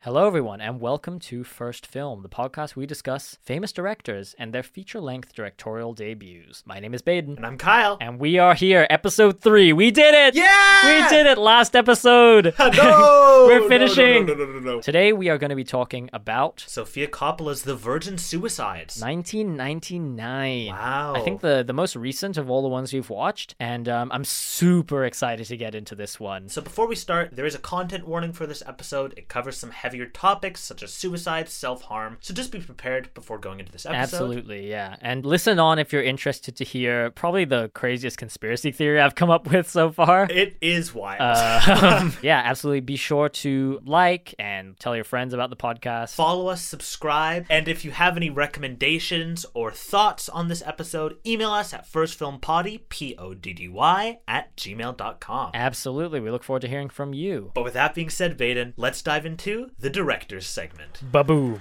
Hello, everyone, and welcome to First Film, the podcast we discuss famous directors and their feature length directorial debuts. My name is Baden. And I'm Kyle. And we are here, episode three. We did it! Yeah! We did it! Last episode! No! We're No, no, finishing. No, no, no, no, no, no. Today, we are going to be talking about Sophia Coppola's The Virgin Suicides. 1999. Wow. I think the, the most recent of all the ones we've watched, and um, I'm super excited to get into this one. So before we start, there is a content warning for this episode. It covers some heavier topics such as suicide, self-harm. So just be prepared before going into this episode. Absolutely, yeah. And listen on if you're interested to hear probably the craziest conspiracy theory I've come up with so far. It is wild. Um, yeah, absolutely. Be sure to like and tell your friends about the podcast. Follow us, subscribe, and if you have any recommendations or thoughts on this episode, email us at firstfilmpoddy, P-O-D-D-Y, at gmail.com. Absolutely. We look forward to hearing from you. But with that being said, Vaden, let's dive into the director's segment. Baboo.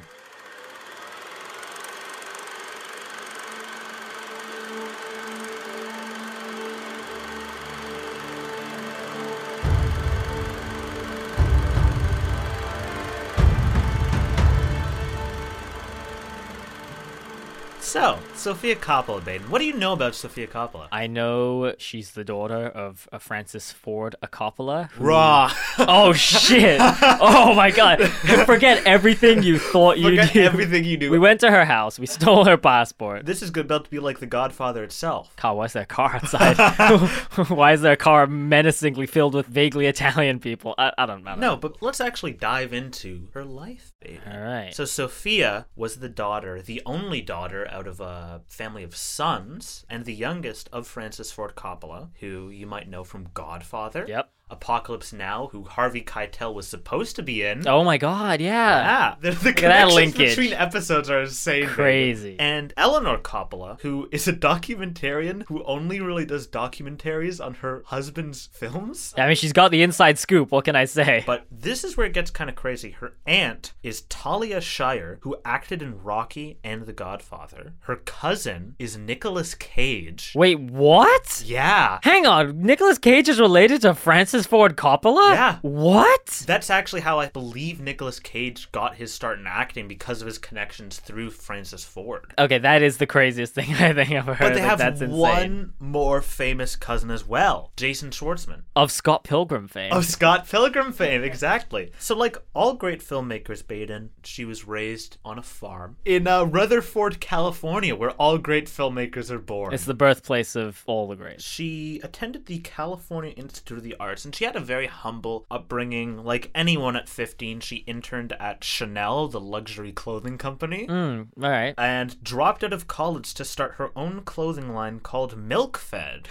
So, Sophia Coppola, Baden, what do you know about Sophia Coppola? I know she's the daughter of a Francis Ford Coppola. who- Raw. Oh shit! Oh my god! Forget everything you thought you Forget knew. everything you knew. We went to her house. We stole her passport. this is good about to be like The Godfather itself. Car, why is there a car outside? why is there a car menacingly filled with vaguely Italian people? I, I don't know. No, but let's actually dive into her life, Baden. All right. So Sophia was the daughter, the only daughter out of a family of sons, and the youngest of Francis Ford Coppola, who you might know from Godfather, Yep. Apocalypse Now, who Harvey Keitel was supposed to be in. oh my god! Yeah. Ah, the, the that connections linkage. between episodes are insane. Baden. Crazy. and Eleanor Coppola, who is a documentarian who only really does documentaries on her husband's films. I mean, she's got the inside scoop. What can I say? But this is where it gets kind of crazy. Her aunt is Talia Shire, who acted in Rocky and The Godfather. Her cousin is Nicolas Cage. Wait, what? Yeah. Hang on. Nicolas Cage is related to Francis Ford Coppola? Yeah. What? That's actually how I believe Nicolas Cage got his start in acting because of his connections through Francis Ford. Okay, that is the craziest thing I think I've ever heard. But they Like, have that's insane. one more famous cousin as well, Jason Schwartzman. of Scott Pilgrim fame. Of Oh, Scott Pilgrim fame, exactly. So, like all great filmmakers, Baden, she was raised on a farm in uh, Rutherford, California, where all great filmmakers are born. It's the birthplace of all the greats. she attended the California Institute of the Arts, and she had a very humble upbringing. Like anyone at 15, she interned at Chanel, the luxury clothing company. Hmm. All right. And dropped out of college to start her own clothing line called Milk Fed.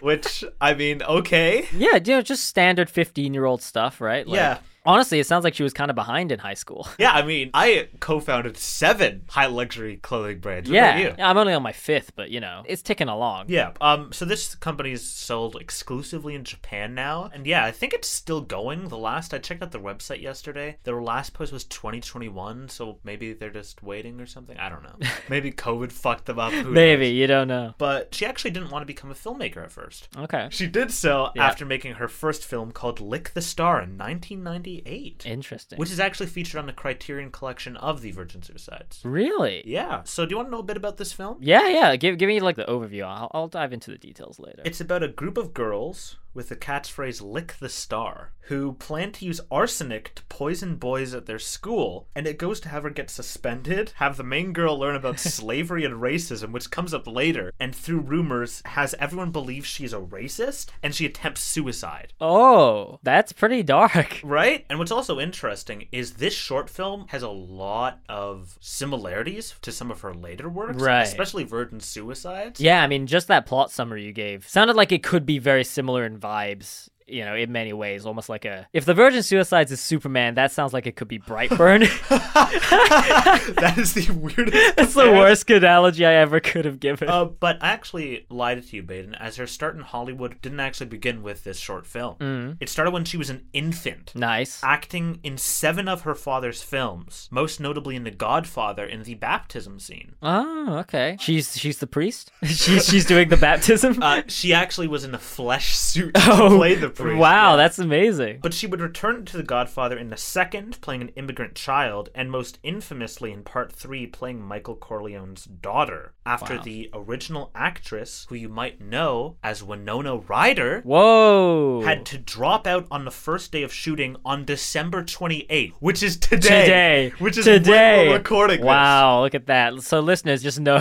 Which, I mean, okay. Yeah, you know, just standard fifteen-year-old stuff, right? Like, Yeah. Honestly, it sounds like she was kind of behind in high school. Yeah, I mean, I co-founded seven high luxury clothing brands. What yeah. about you? I'm only on my fifth, but you know, it's ticking along. Yeah. Um. So this company is sold exclusively in Japan now, and yeah, I think it's still going. The last I checked out their website yesterday, their last post was 2021, so maybe they're just waiting or something. I don't know. maybe COVID fucked them up. Who Maybe knows? you don't know. But she actually didn't want to become a filmmaker at first. Okay. She did so Yeah. after making her first film called Lick the Star in 1998, Interesting. which is actually featured on the Criterion collection of The Virgin Suicides. really? Yeah. So, do you want to know a bit about this film? Yeah, yeah. Give give me like the overview. I'll, I'll dive into the details later. It's about a group of girls with the catchphrase "Lick the Star" who plan to use arsenic to poison boys at their school, and it goes to have her get suspended, have the main girl learn about slavery and racism, which comes up later, and through rumors has everyone believe she is a racist, and she attempts suicide. oh, that's pretty dark. Right? And what's also interesting is this short film has a lot of similarities to some of her later works, Right. especially Virgin Suicides. Yeah, I mean, just that plot summary you gave sounded like it could be very similar in vibes. You know, in many ways, almost like a. If the Virgin Suicides is Superman, that sounds like it could be Brightburn. that is the weirdest. That's the comparison. worst analogy I ever could have given. Uh, but I actually lied to you, Baden, as her start in Hollywood didn't actually begin with this short film. Mm. It started when she was an infant, nice. acting in seven of her father's films, most notably in The Godfather in the baptism scene. Oh, okay. She's she's the priest. she's she's doing the baptism. Uh, she actually was in a flesh suit to Oh, play the priest. Wow, yeah. that's amazing. But she would return to The Godfather in the second, playing an immigrant child, and most infamously in part three, playing Michael Corleone's daughter, after Wow. the original actress, who you might know as Winona Ryder, Whoa. had to drop out on the first day of shooting on December 28th, which is today. today, Which is when today. we're recording this. Wow, look at that. So listeners, just know,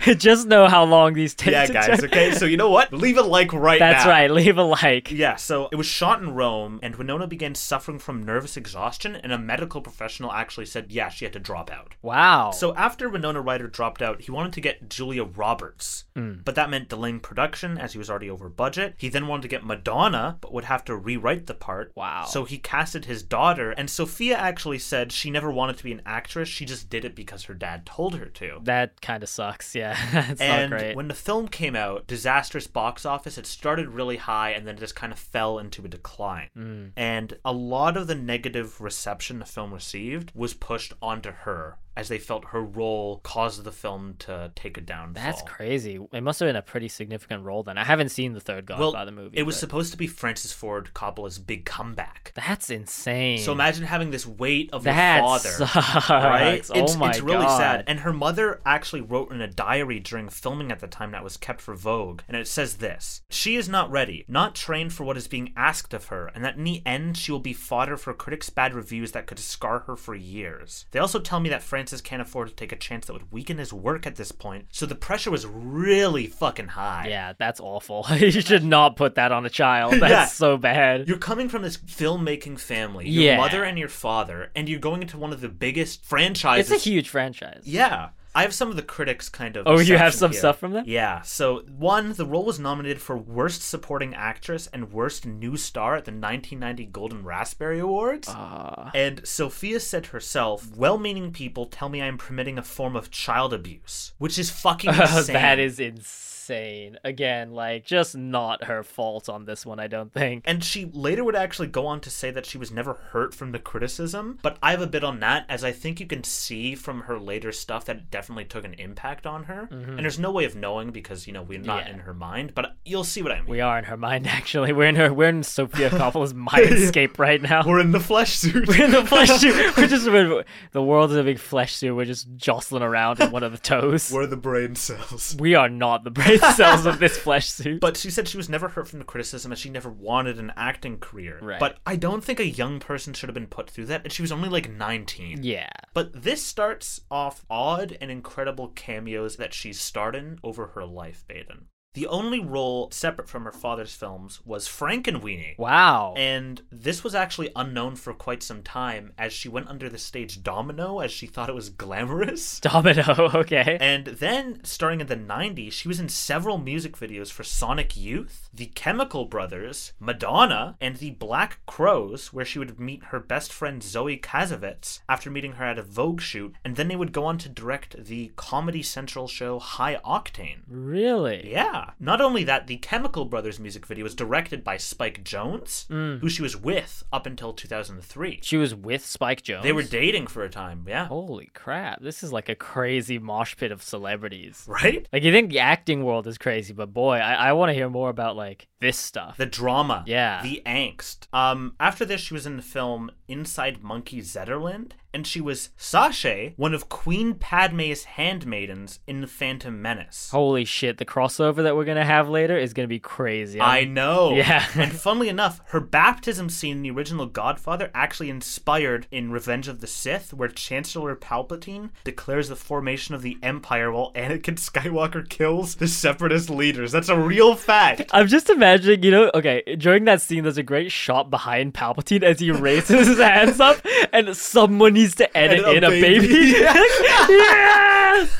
just know how long these take. Yeah, to guys, turn- okay? So you know what? Leave a like right now. That's right. Leave a like. Yeah, so it was shot in Rome, and Winona began suffering from nervous exhaustion, and a medical professional actually said, yeah, she had to drop out. Wow. So after Winona Ryder dropped out, he wanted to get Julia Roberts, but that meant delaying production as he was already over budget. He then wanted to get Madonna, but would have to rewrite the part. Wow. So he casted his daughter, and Sophia actually said she never wanted to be an actress, she just did it because her dad told her to. that kind of sucks. Yeah, it's And not great. when the film came out, disastrous box office, it started really high and then it just kind of fell into a decline. Hmm. And a lot of the negative reception the film received was pushed onto her as they felt her role caused the film to take a downfall. That's crazy. It must have been a pretty significant role then. I haven't seen the third Well, Godfather movie. it was but- supposed to be Francis Ford Coppola's big comeback. That's insane. So imagine having this weight of that your father. sucks. Right? Oh it's, my it's really God. sad. And her mother actually wrote in a diary during filming at the time that was kept for Vogue, and it says this She is not ready, not trained for what is being asked of her, and that in the end she will be fodder for critics' bad reviews that could scar her for years. They also tell me that Francis can't afford to take a chance that would weaken his work at this point, so the pressure was really fucking high. Yeah, that's awful. you should not put that on a child. That's Yeah. so bad. You're coming from this filmmaking family, your Yeah. mother and your father, and you're going into one of the biggest franchises. It's a huge franchise. Yeah. I have some of the critics kind of. Oh, you have section some here. stuff from them? Yeah. So, one, the role was nominated for Worst Supporting Actress and Worst New Star at the 1990 Golden Raspberry Awards. Ah. and Sophia said herself, well meaning people tell me I am permitting a form of child abuse, which is fucking insane. that is insane. Again, like just not her fault on this one, I don't think. And she later would actually go on to say that she was never hurt from the criticism, but I have a bit on that, as I think you can see from her later stuff that it definitely took an impact on her. And there's no way of knowing because, you know, we're not Mm-hmm. Yeah. in her mind, but you'll see what I mean. We are in her mind actually. We're in her we're in Sophia Coppola's mindscape right now. We're in the flesh suit. We're in the flesh suit. We're just we're, the world is a big flesh suit. We're just jostling around in one of the toes. We're, the brain cells. not the brain cells of this flesh suit. But she said she was never hurt from the criticism and she never wanted an acting career. Right. But I don't think a young person should have been put through that, and she was only like 19. yeah. But this starts off odd and incredible cameos that she's starred in over her life, Baden. The only role separate from her father's films was Frankenweenie. Wow. And this was actually unknown for quite some time as she went under the stage domino as she thought it was glamorous. Domino. Okay. And then, starting in the 90s, she was in several music videos for Sonic Youth, The Chemical Brothers, Madonna, and The Black Crows, where she would meet her best friend Zoe Kazavitz after meeting her at a Vogue shoot, and then they would go on to direct the Comedy Central show High Octane. really? Yeah. Not only that, the Chemical Brothers music video was directed by Spike Jones, who she was with up until 2003. She was with Spike Jones. They were dating for a time, yeah. Holy crap. This is like a crazy mosh pit of celebrities. Right? Like you think the acting world is crazy, but boy, I, I want to hear more about like this stuff. the drama Yeah. the angst um after this she was in the film inside monkey zetterland and she was sashay one of queen padme's handmaidens in the phantom menace Holy shit, the crossover that we're gonna have later is gonna be crazy. I know. Yeah. and funnily enough, her baptism scene in the original Godfather actually inspired in Revenge of the Sith, where Chancellor Palpatine declares the formation of the Empire while Anakin Skywalker kills the Separatist leaders. That's a real fact. I'm just imagining, you know, okay, during that scene, there's a great shot behind Palpatine as he raises his hands up, and someone needs to edit a in a baby. baby. yes!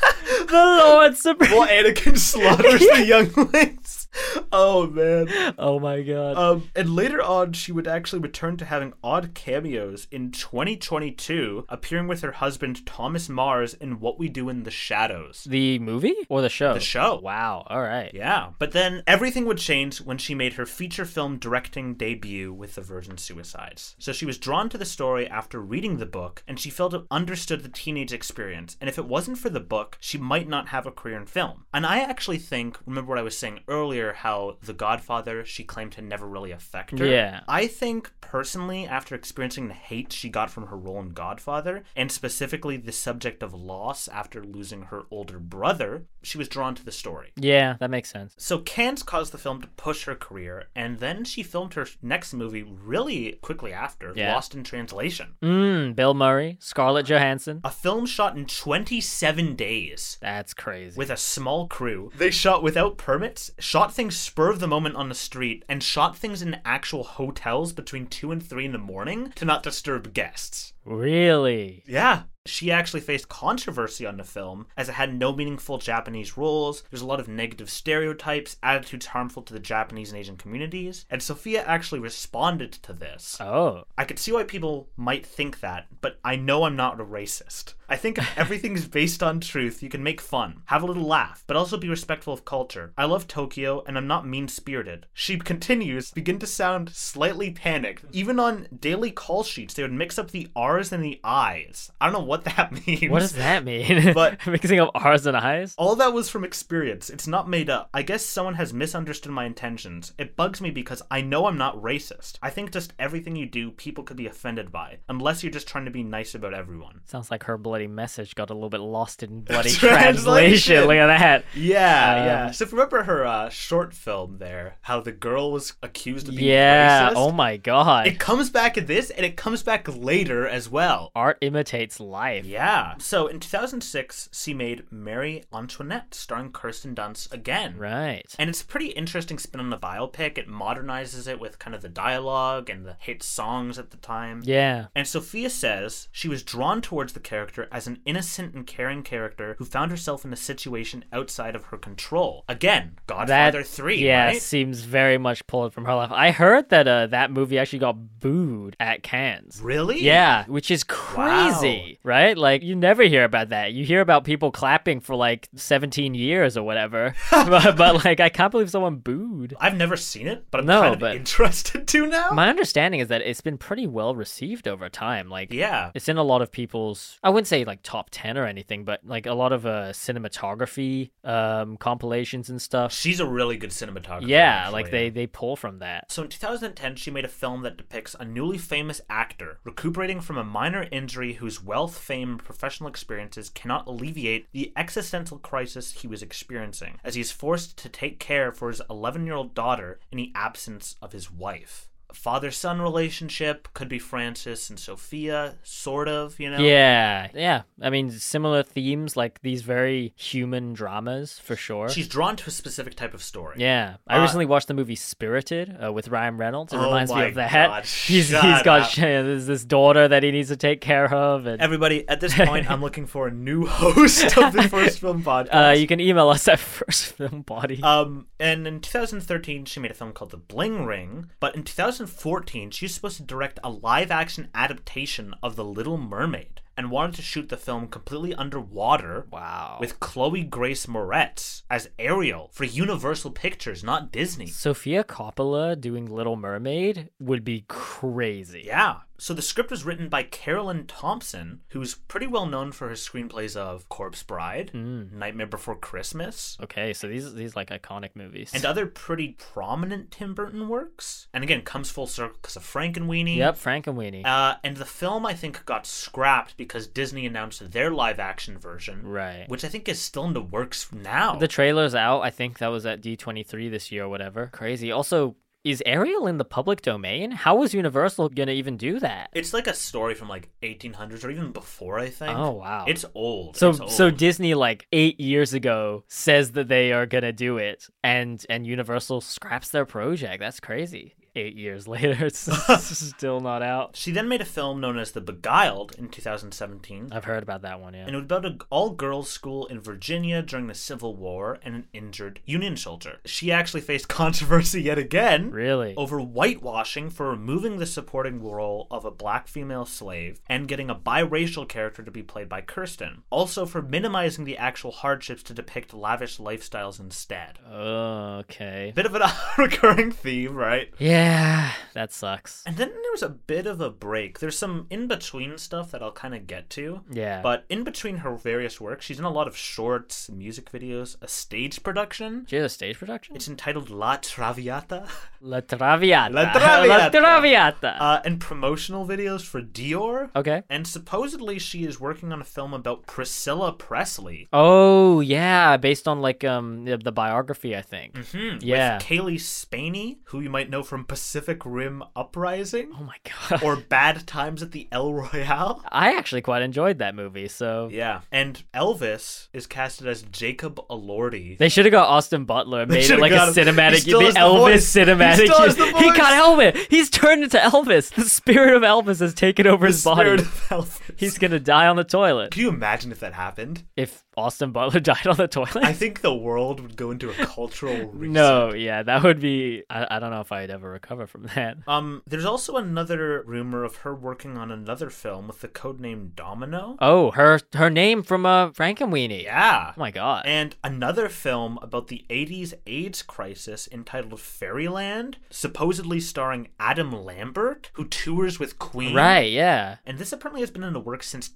The Lord Supreme. While Anakin slaughters the younglings. Oh man. Oh my god. Um, and later on, she would actually return to having odd cameos in 2022, appearing with her husband Thomas Mars in What We Do in the Shadows. the movie or the show? The show. Wow, alright. Yeah. But then everything would change when she made her feature film directing debut with The Virgin Suicides. So she was drawn to the story after reading the book, and she felt it understood the teenage experience. And if it wasn't for the book, she might not have a career in film. And I actually think, remember what I was saying earlier earlier how The Godfather she claimed had never really affected her. Yeah. I think personally, after experiencing the hate she got from her role in Godfather, and specifically the subject of loss after losing her older brother, she was drawn to the story. Yeah, that makes sense. So Cannes caused the film to push her career, and then she filmed her next movie really quickly after, Yeah. Lost in Translation. Mm, Bill Murray, Scarlett Johansson. A film shot in 27 days. That's crazy. with a small crew. They shot without permits, shot things spur of the moment on the street, and shot things in actual hotels between 2 and 3 in the morning to not disturb guests. really? Yeah. She actually faced controversy on the film as it had no meaningful Japanese roles. There's a lot of negative stereotypes, attitudes harmful to the Japanese and Asian communities, and Sophia actually responded to this. Oh. I could see why people might think that, but I know I'm not a racist. I think if everything's based on truth, you can make fun, have a little laugh, but also be respectful of culture. I love Tokyo, and I'm not mean spirited. She continues, begin to sound slightly panicked. Even on daily call sheets, they would mix up the R's and the I's. I don't know what that means. What does that mean? But- Oh. mixing up R's and I's? All that was from experience. It's not made up. I guess someone has misunderstood my intentions. It bugs me because I know I'm not racist. I think just everything you do, people could be offended by, unless you're just trying to be nice about everyone. Sounds like her bloody message got a little bit lost in bloody Translation. translation. Look at that. Yeah, Um, yeah. So if you remember her uh, short film there, how the girl was accused of being Yeah. racist. Oh my god. It comes back at this, and it comes back later as well. Art imitates life. Yeah. So in 2006, she made Mary Antoinette, starring Kirsten Dunst again. Right. And it's a pretty interesting spin on the biopic. It modernizes it with kind of the dialogue and the hit songs at the time. Yeah. And Sophia says she was drawn towards the character as an innocent and caring character who found herself in a situation outside of her control. Again, That Godfather 3, yeah right? seems very much pulled from her life. I heard that uh, that movie actually got booed at Cannes. Really? Yeah, which is Wow. crazy, right? Like you never hear about that. You hear about people clapping for like 17 years or whatever, but, but like I can't believe someone booed. I've never seen it, but I'm No, kind of but- interested to now. My understanding is that it's been pretty well received over time. Like yeah. it's in a lot of people's i wouldn't say like top 10 or anything but like a lot of uh cinematography um compilations and stuff She's a really good cinematographer. yeah actually. like they they pull from that So in 2010, she made a film that depicts a newly famous actor recuperating from a minor injury whose wealth, fame, and professional experiences cannot alleviate the existential crisis he was experiencing, as he is forced to take care for his 11 year old daughter in the absence of his wife. Father son relationship could be Francis and Sophia, sort of, you know? yeah yeah i mean similar themes like these very human dramas for sure She's drawn to a specific type of story. yeah i Uh, recently watched the movie spirited uh, with ryan reynolds it Oh reminds me my of that God, he's, he's shut up. got there's this daughter that he needs to take care of and Everybody, at this point, I'm looking for a new host of the First Film Podcast. uh, you can email us at first film body Um, and in 2013, she made a film called The Bling Ring. But in 2014, she was supposed to direct a live action adaptation of The Little Mermaid and wanted to shoot the film completely underwater wow with Chloe Grace Moretz as Ariel for Universal Pictures, not Disney. Sophia Coppola doing Little Mermaid would be crazy. Yeah. So the script was written by Carolyn Thompson, who's pretty well known for her screenplays of Corpse Bride, Nightmare Before Christmas, Okay, so these these like iconic movies. and other pretty prominent Tim Burton works. And again, comes full circle because of Frankenweenie. yep, Frank and Weenie. Uh, and the film, I think, got scrapped because Disney announced their live action version, right. which I think is still in the works now. The trailer's out. I think that was at D23 this year or whatever. Crazy. Also, is Ariel in the public domain? How was Universal going to even do that? it's like a story from like 1800s or even before, I think. Oh, wow. It's old. So It's so old. Disney like 8 years ago says that they are going to do it and and Universal scraps their project. That's crazy. 8 years later it's still not out. she then made a film known as The Beguiled in 2017. I've heard about that one, Oh, yeah. and it was about an all girls school in Virginia during the Civil War and an injured Union soldier. She actually faced controversy yet again. Really? over whitewashing for removing the supporting role of a black female slave and getting a biracial character to be played by Kirsten. Also for minimizing the actual hardships to depict lavish lifestyles instead. Okay. Bit of an recurring theme, right? Yeah, that sucks. And then there was a bit of a break. There's some in between stuff that I'll kind of get to. Yeah. But in between her various work, she's in a lot of shorts, music videos, a stage production. She had a stage production? It's entitled La Traviata. La Traviata. La Traviata. Traviata. Uh, and promotional videos for Dior. okay. And supposedly she is working on a film about Priscilla Presley. Oh yeah, based on like um the, the biography, I think. Hmm, Yeah. With Kaylee Spaney, who you might know from Pacific Rim Uprising Oh my god. or Bad Times at the El Royale. I actually quite enjoyed that movie, so Yeah. And Elvis is casted as Jacob Alordi. they should have got Austin Butler and They made it should've like a got him. He cinematic, still has the the Elvis voice. He cinematic. still has the He voice. got Elvis. He's turned into Elvis. The spirit of Elvis has taken over his body. Spirit of Elvis. He's gonna die on the toilet. Can you imagine if that happened? If Austin Butler died on the toilet. I think the world would go into a cultural reset. no, yeah, that would be. I, I don't know if I'd ever recover from that. Um, there's also another rumor of her working on another film with the codename Domino. Oh, her her name from uh, Frankenweenie. yeah. Oh my god. And another film about the 80s AIDS crisis entitled Fairyland, supposedly starring Adam Lambert, who tours with Queen. Right, yeah. And this apparently has been in the works since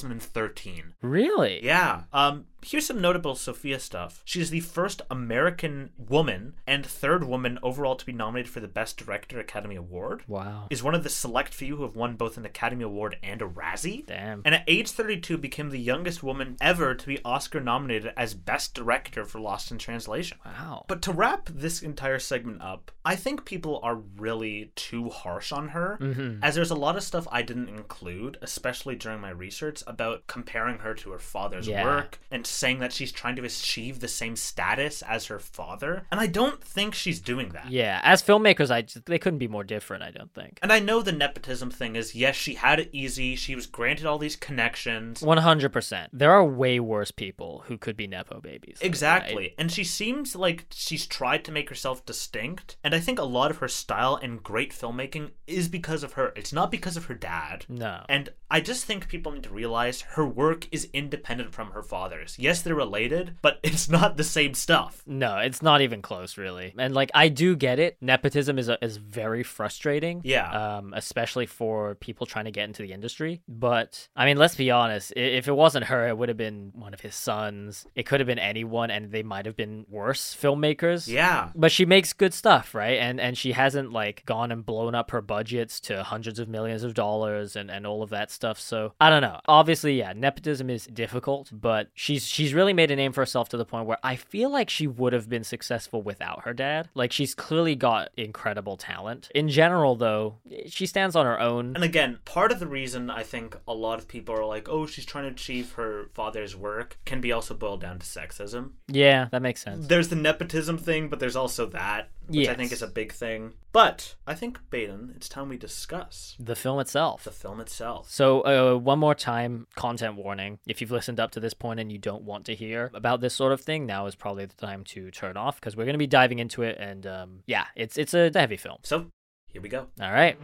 2013. Really? Yeah. Um, here's some notable Sophia stuff. She's the first American woman and third woman overall to be nominated for the Best Director Academy Award. Wow. Is one of the select few who have won both an Academy Award and a Razzie. Damn. And at age 32, became the youngest woman ever to be Oscar nominated as Best Director for Lost in Translation. Wow. But to wrap this entire segment up, I think people are really too harsh on her, Mm-hmm. as there's a lot of stuff I didn't include, especially during my research, about comparing her to her father's Yeah. work and saying that she's trying to achieve the same status as her father. And I don't think she's doing that. yeah, as filmmakers, I just, they couldn't be more different. I don't think. And I know the nepotism thing is yes, she had it easy, she was granted all these connections. One hundred percent. There are way worse people who could be nepo babies. Exactly. And she seems like she's tried to make herself distinct. And I think a lot of her style and great filmmaking is because of her. It's not because of her dad. No. And I just think people need to realize her work is independent from her father's. Yes, they're related, but it's not the same stuff. No, it's not even close, really. And like, I do get it. Nepotism is is very frustrating. Yeah. Um, especially for people trying to get into the industry. But I mean, let's be honest. i- If it wasn't her, it would have been one of his sons. It could have been anyone, and they might have been worse filmmakers. Yeah. But she makes good stuff, right? And and she hasn't like gone and blown up her budgets to hundreds of millions of dollars and, and all of that stuff. So I don't know. Obviously, yeah, nepotism is difficult, but she's she's really made a name for herself to the point where I feel like she would have been successful without her dad. Like she's clearly got incredible talent. In general, though, she stands on her own. And again, part of the reason I think a lot of people are like, oh, she's trying to achieve her father's work can be also boiled down to sexism. Yeah, that makes sense. there's the nepotism thing, but there's also that, which I Yes. think is a big thing. But I think Baden, it's time we discuss The film itself. the film itself. So, uh, one more time, content warning. If you've listened up to this point and you don't want to hear about this sort of thing, now is probably the time to turn off because we're going to be diving into it. And um, yeah, it's it's a heavy film. So here we go. All right.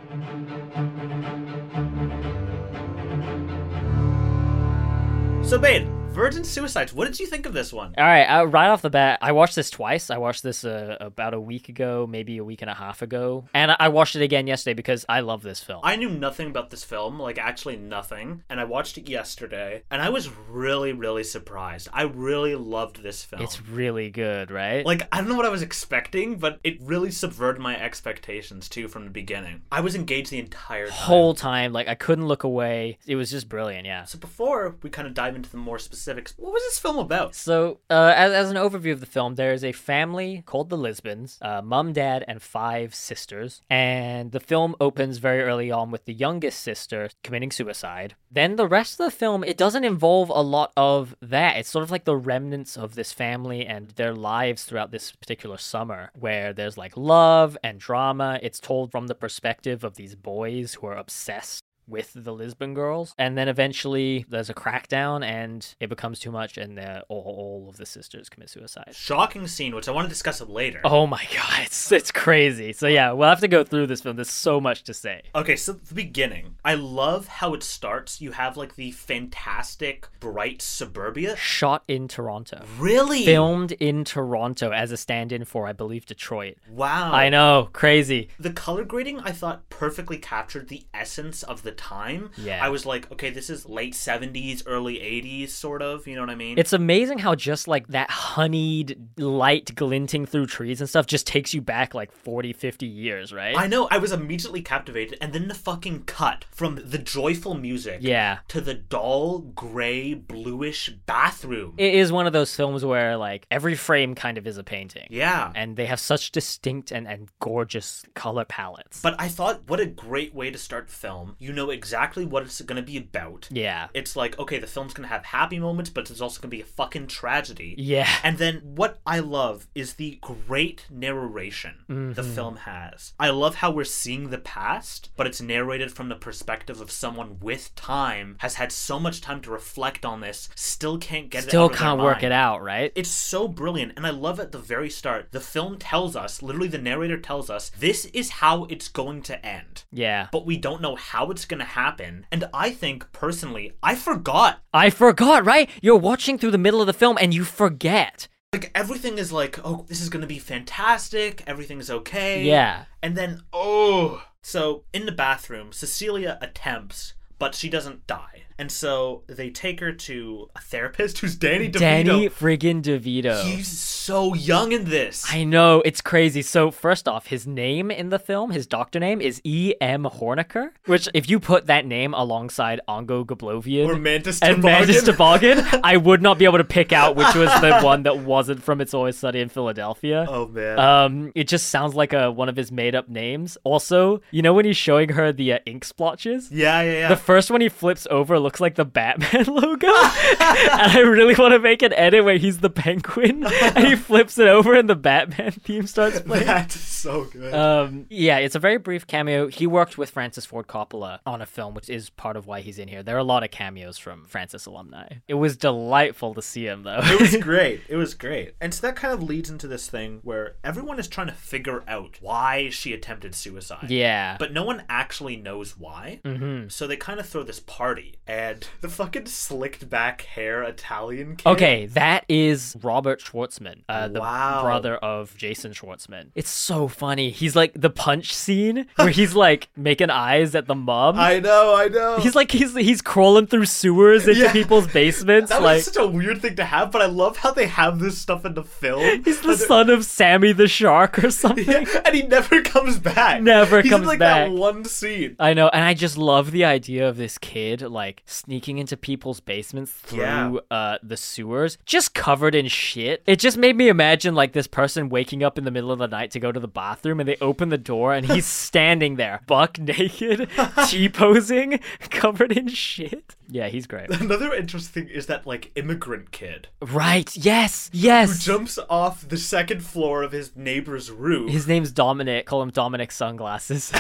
So Baden, Virgin Suicides. What did you think of this one? All right, uh, right off the bat, I watched this twice. I watched this uh, about a week ago, maybe a week and a half ago. And I- I watched it again yesterday because I love this film. I knew nothing about this film, like actually nothing, and I watched it yesterday, and I was really, really surprised. I really loved this film. it's really good, right? Like, I don't know what I was expecting, but it really subverted my expectations too from the beginning. I was engaged the entire time. whole time, like I couldn't look away. It was just brilliant, yeah. So before we kind of dive into the more specifics, what was this film about? So, uh, as, as an overview of the film, there is a family called the Lisbons, uh, mum, dad, and five sisters. And the film opens very early on with the youngest sister committing suicide. Then the rest of the film, it doesn't involve a lot of that. It's sort of like the remnants of this family and their lives throughout this particular summer, where there's like love and drama. It's told from the perspective of these boys who are obsessed with the Lisbon girls. And then eventually there's a crackdown and it becomes too much and they're all, all of the sisters commit suicide. Shocking scene, which I want to discuss it later. Oh my god, it's it's crazy. So yeah, we'll have to go through this film. There's so much to say. Okay, so the beginning. I love how it starts. You have like the fantastic bright suburbia. Shot in Toronto. Really? Filmed in Toronto as a stand-in for I believe Detroit. Wow. I know, crazy. The color grading I thought perfectly captured the essence of the time. Yeah. I was like, okay, this is late 70s, early 80s sort of, you know what I mean? It's amazing how just like that honeyed light glinting through trees and stuff just takes you back like 40, 50 years, right? I know, I was immediately captivated and then the fucking cut from the joyful music yeah. to the dull gray bluish bathroom. It is one of those films where like every frame kind of is a painting. yeah. And they have such distinct and, and gorgeous color palettes. But I thought, what a great way to start film. You know exactly what it's going to be about. yeah. It's like, okay, the film's going to have happy moments, but it's also going to be a fucking tragedy. Yeah. And then what I love is the great narration the Mm-hmm. film has. I love how we're seeing the past, but it's narrated from the perspective of someone with time, has had so much time to reflect on this, still can't get it Still out of their can't work mind. it out, right? It's so brilliant, and I love at the very start. The film tells us, literally, the narrator tells us, this is how it's going to end. yeah. But we don't know how it's going to happen. And I think, personally, I forgot. I forgot, right? You're watching through the middle of the film and you forget. Like, everything is like, oh, this is going to be fantastic. Everything's okay. Yeah. And then, oh. So, in the bathroom, Cecilia attempts, but she doesn't die. And so they take her to a therapist who's Danny DeVito. Danny friggin' DeVito. He's so young in this. I know, it's crazy. So, first off, his name in the film, his doctor name is E.M. Horniker, which, if you put that name alongside Ongo Goblovian or Mantis and Toboggan. Mantis Toboggan, I would not be able to pick out which was the one that wasn't from It's Always Sunny in Philadelphia. Oh man. Um, it just sounds like a one of his made-up names. Also, you know when he's showing her the uh, ink splotches, yeah, yeah, yeah. the first one he flips over looks like the Batman logo. and I really want to make an edit where he's the penguin and he flips it over and the Batman theme starts playing. That's so good. Um, yeah, it's a very brief cameo. He worked with Francis Ford Coppola on a film, which is part of why he's in here. There are a lot of cameos from Francis alumni. It was delightful to see him, though. it was great. It was great. And so that kind of leads into this thing where everyone is trying to figure out why she attempted suicide. yeah. But no one actually knows why. Mm-hmm. So they kind of throw this party. And the fucking slicked back hair Italian kid. Okay, that is Robert Schwartzman, uh, the Wow. brother of Jason Schwartzman. It's so funny. He's like the punch scene where he's like making eyes at the mom. I know, I know. he's like he's he's crawling through sewers into Yeah. people's basements. that like was such a weird thing to have, but I love how they have this stuff in the film. he's the son of Sammy the shark or something. Yeah, and he never comes back. Never He's comes in, like, back. that one scene. I know, and I just love the idea of this kid like sneaking into people's basements through Yeah. uh, the sewers, just covered in shit. It just made me imagine like this person waking up in the middle of the night to go to the bathroom, and they open the door, and he's standing there, buck naked, t posing, covered in shit. Yeah, he's great. Another interesting is that like immigrant kid Right? Yes. who Yes. jumps off the second floor of his neighbor's room His name's Dominic. Call him Dominic Sunglasses.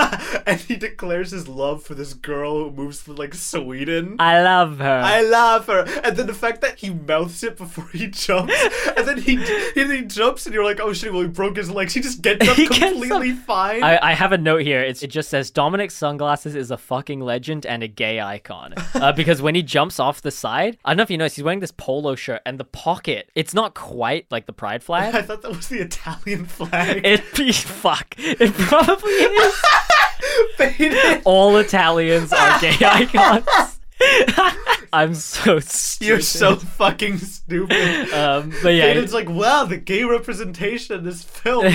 and he declares his love for this girl who moves to like Sweden. I- I love her. love her, and then the fact that he mouths it before he jumps, and then he and then he jumps, and you're like, "Oh shit! Well, he broke his legs. He just gets up He gets completely fine." I, I have a note here. It's, it just says Dominic Sunglasses is a fucking legend and a gay icon. Uh, because when he jumps off the side, I don't know if you notice, he's wearing this polo shirt and the pocket, it's not quite like the pride I flag. thought that was the Italian flag. It be fuck. It probably is. Faded. All Italians are gay icons. I'm so stupid. You're so fucking stupid. Um, but yeah, Faded's like, wow, the gay representation in this film.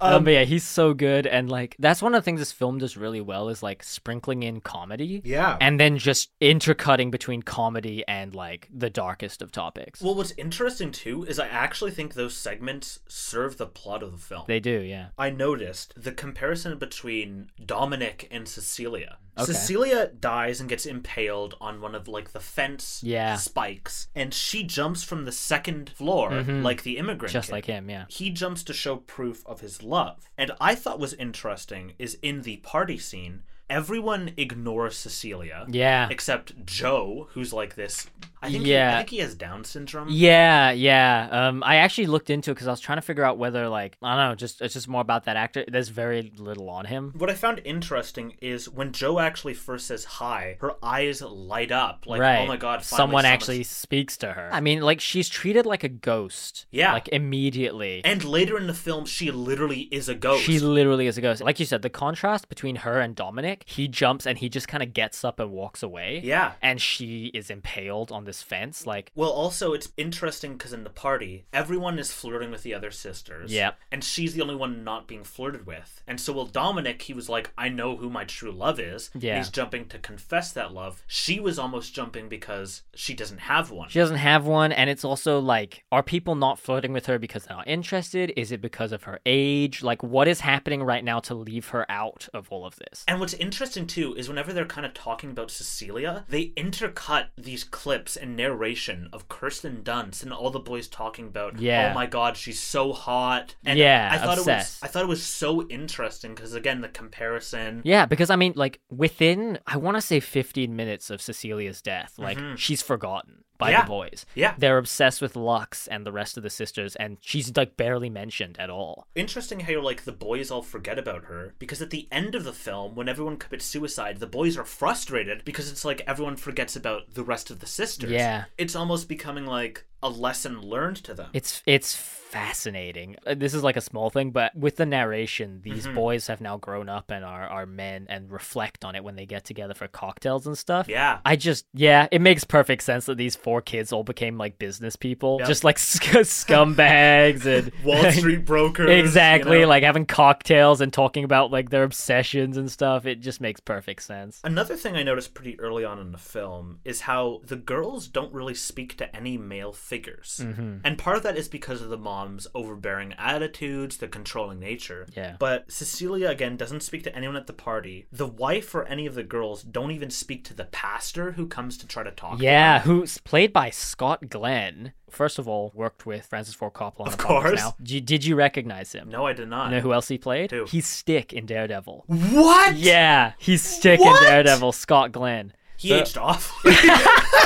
um, but yeah, he's so good, and like that's one of the things this film does really well is like sprinkling in comedy, Yeah. and then just intercutting between comedy and like the darkest of topics. Well, what's interesting too is I actually think those segments serve the plot of the film. they do, yeah. I noticed the comparison between Dominic and Cecilia. Okay. Cecilia dies and gets impaled on one of like the fence Yeah. spikes, and she jumps from the second floor like the immigrant. Mm-hmm. Just kid. like him, yeah. He jumps to show proof of his love. And I thought was interesting is in the party scene, everyone ignores Cecilia. Yeah. Except Joe, who's like this. I think, he, Yeah. I think he has Down syndrome. Yeah, yeah. Um, I actually looked into it because I was trying to figure out whether, like, I don't know, just it's just more about that actor. There's very little on him. What I found interesting is when Joe actually first says hi, her eyes light up like, right. oh my god, finally someone someone's- actually speaks to her. I mean, like, she's treated like a ghost. Yeah. Like immediately. And later in the film, she literally is a ghost. She literally is a ghost. Like you said, the contrast between her and Dominic, he jumps and he just kind of gets up and walks away. yeah. And she is impaled on this fence. Like, Well, also it's interesting because in the party, everyone is flirting with the other sisters. Yep. and she's the only one not being flirted with. And so, well, Dominic, he was like, "I know who my true love is." and Yeah. he's jumping to confess that love. She was almost jumping because she doesn't have one. She doesn't have one, and it's also like, are people not flirting with her because they're not interested? Is it because of her age? Like, what is happening right now to leave her out of all of this? And what's interesting too is whenever they're kind of talking about Cecilia, they intercut these clips and narration of Kirsten Dunst and all the boys talking about, Yeah. oh my god, she's so hot. And Yeah, I thought obsessed. it was I thought it was so interesting because again the comparison. Yeah, because I mean, like, within, I want to say 15 minutes of Cecilia's death, like, she's forgotten by Mm-hmm. Yeah. the boys. Yeah. They're obsessed with Lux and the rest of the sisters, and she's like barely mentioned at all. Interesting how like the boys all forget about her because at the end of the film, when everyone commits suicide, the boys are frustrated because it's like everyone forgets about the rest of the sisters. Yeah. it's almost becoming like a lesson learned to them. It's it's fascinating. Uh, This is like a small thing, but with the narration, these Mm-hmm. boys have now grown up and are are men and reflect on it when they get together for cocktails and stuff. yeah, I just yeah, it makes perfect sense that these four kids all became like business people, Yep. just like sc- scumbags and Wall Street brokers. you exactly, know? like having cocktails and talking about like their obsessions and stuff. It just makes perfect sense. Another thing I noticed pretty early on in the film is how the girls don't really speak to any male figures. Mm-hmm. And part of that is because of the mom's overbearing attitudes, the controlling nature. Yeah. But Cecilia, again, doesn't speak to anyone at the party. The wife or any of the girls don't even speak to the pastor who comes to try to talk. to Yeah, who's played by Scott Glenn. First of all, worked with Francis Ford Coppola. Of Of course. course. Now, D- did you recognize him? them. No, I did not. You know who else he played? Who? He's Stick in Daredevil. What? Yeah, he's Stick What? in Daredevil. Scott Glenn. He The- aged off.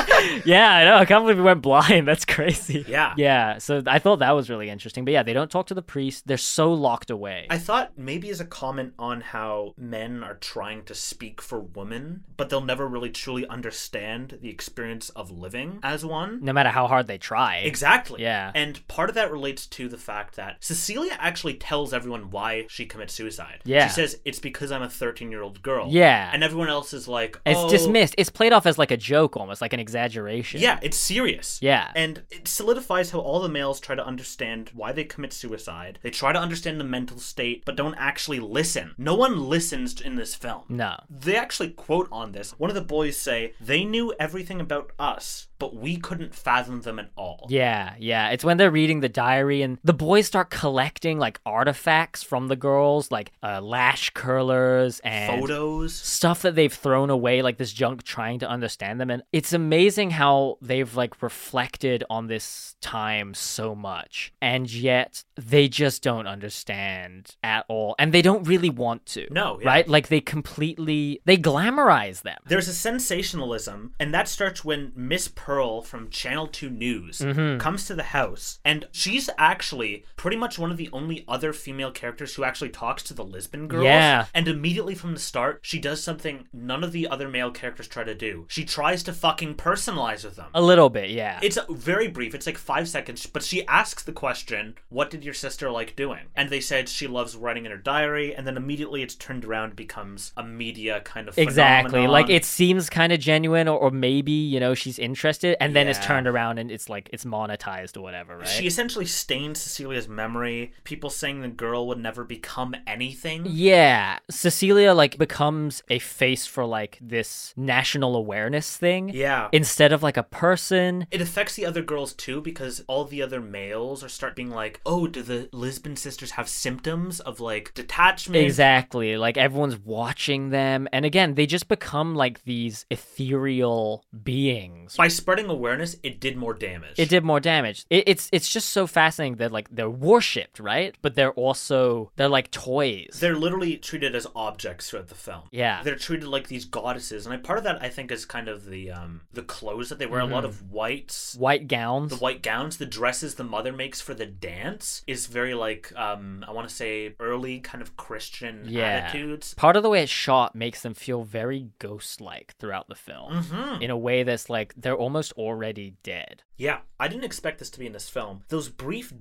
Yeah, I know. I can't believe he went blind. That's crazy. yeah. Yeah, so I thought that was really interesting. But yeah, they don't talk to the priest. They're so locked away. I thought maybe as a comment on how men are trying to speak for women, but they'll never really truly understand the experience of living as one. no matter how hard they try. Exactly. Yeah. And part of that relates to the fact that Cecilia actually tells everyone why she commits suicide. Yeah. She says, it's because I'm a 13 year old girl. Yeah. And everyone else is like, It's oh, dismissed. It's played off as like a joke almost, like an exaggeration. Yeah, it's serious. Yeah. And it solidifies how all the males try to understand why they commit suicide. They try to understand the mental state, but don't actually listen. No one listens in this film. No. They actually quote on this. One of the boys say, "They knew everything about us, but we couldn't fathom them at all." Yeah, yeah. It's when they're reading the diary and the boys start collecting like artifacts from the girls, like uh, lash curlers and Photos. stuff that they've thrown away, like this junk trying to understand them. And it's amazing how they've like reflected on this time so much. And yet they just don't understand at all. And they don't really want to. No, yeah. Right? Like they completely they glamorize them. There's a sensationalism, and that starts when Miss Pearl from Channel 2 News Mm-hmm. comes to the house, and she's actually pretty much one of the only other female characters who actually talks to the Lisbon girls. Yeah. And immediately from the start, she does something none of the other male characters try to do. She tries to fucking personalize with them. A little bit, yeah. It's very brief. It's like five seconds, but she asks the question, "What did your sister like doing?" And they said she loves writing in her diary, and then immediately it's turned around and becomes a media kind of Exactly. phenomenon. Like it seems kind of genuine, or, or maybe you know she's interested, and then it's Yeah. turned around and it's like it's monetized or whatever, right? She essentially stains Cecilia's memory. People saying the girl would never become anything. yeah, Cecilia like becomes a face for like this national awareness thing. Yeah. instead of like a person. It affects the other girls too because all the other males are start being like, "Oh, do the Lisbon sisters have symptoms of like detachment?" Exactly. Like everyone's watching them. And again, they just become like these ethereal beings. By spreading awareness, it did more damage. It did more damage. It, it's it's just so fascinating that like they're worshipped, right? But they're also they're like toys. They're literally treated as objects throughout the film. Yeah. they're treated like these goddesses, and I, part of that I think is kind of the um the clothes that they wear. A Mm-hmm. lot of whites, White the gowns. white gowns, the dresses the mother makes for the dance is very like um I want to say early kind of Christian Yeah. attitudes. Part of the way it's shot makes them feel very ghost like throughout the film. Mm-hmm. In a way that's like they're almost already dead. Yeah, I didn't expect this to be in this film. Those brief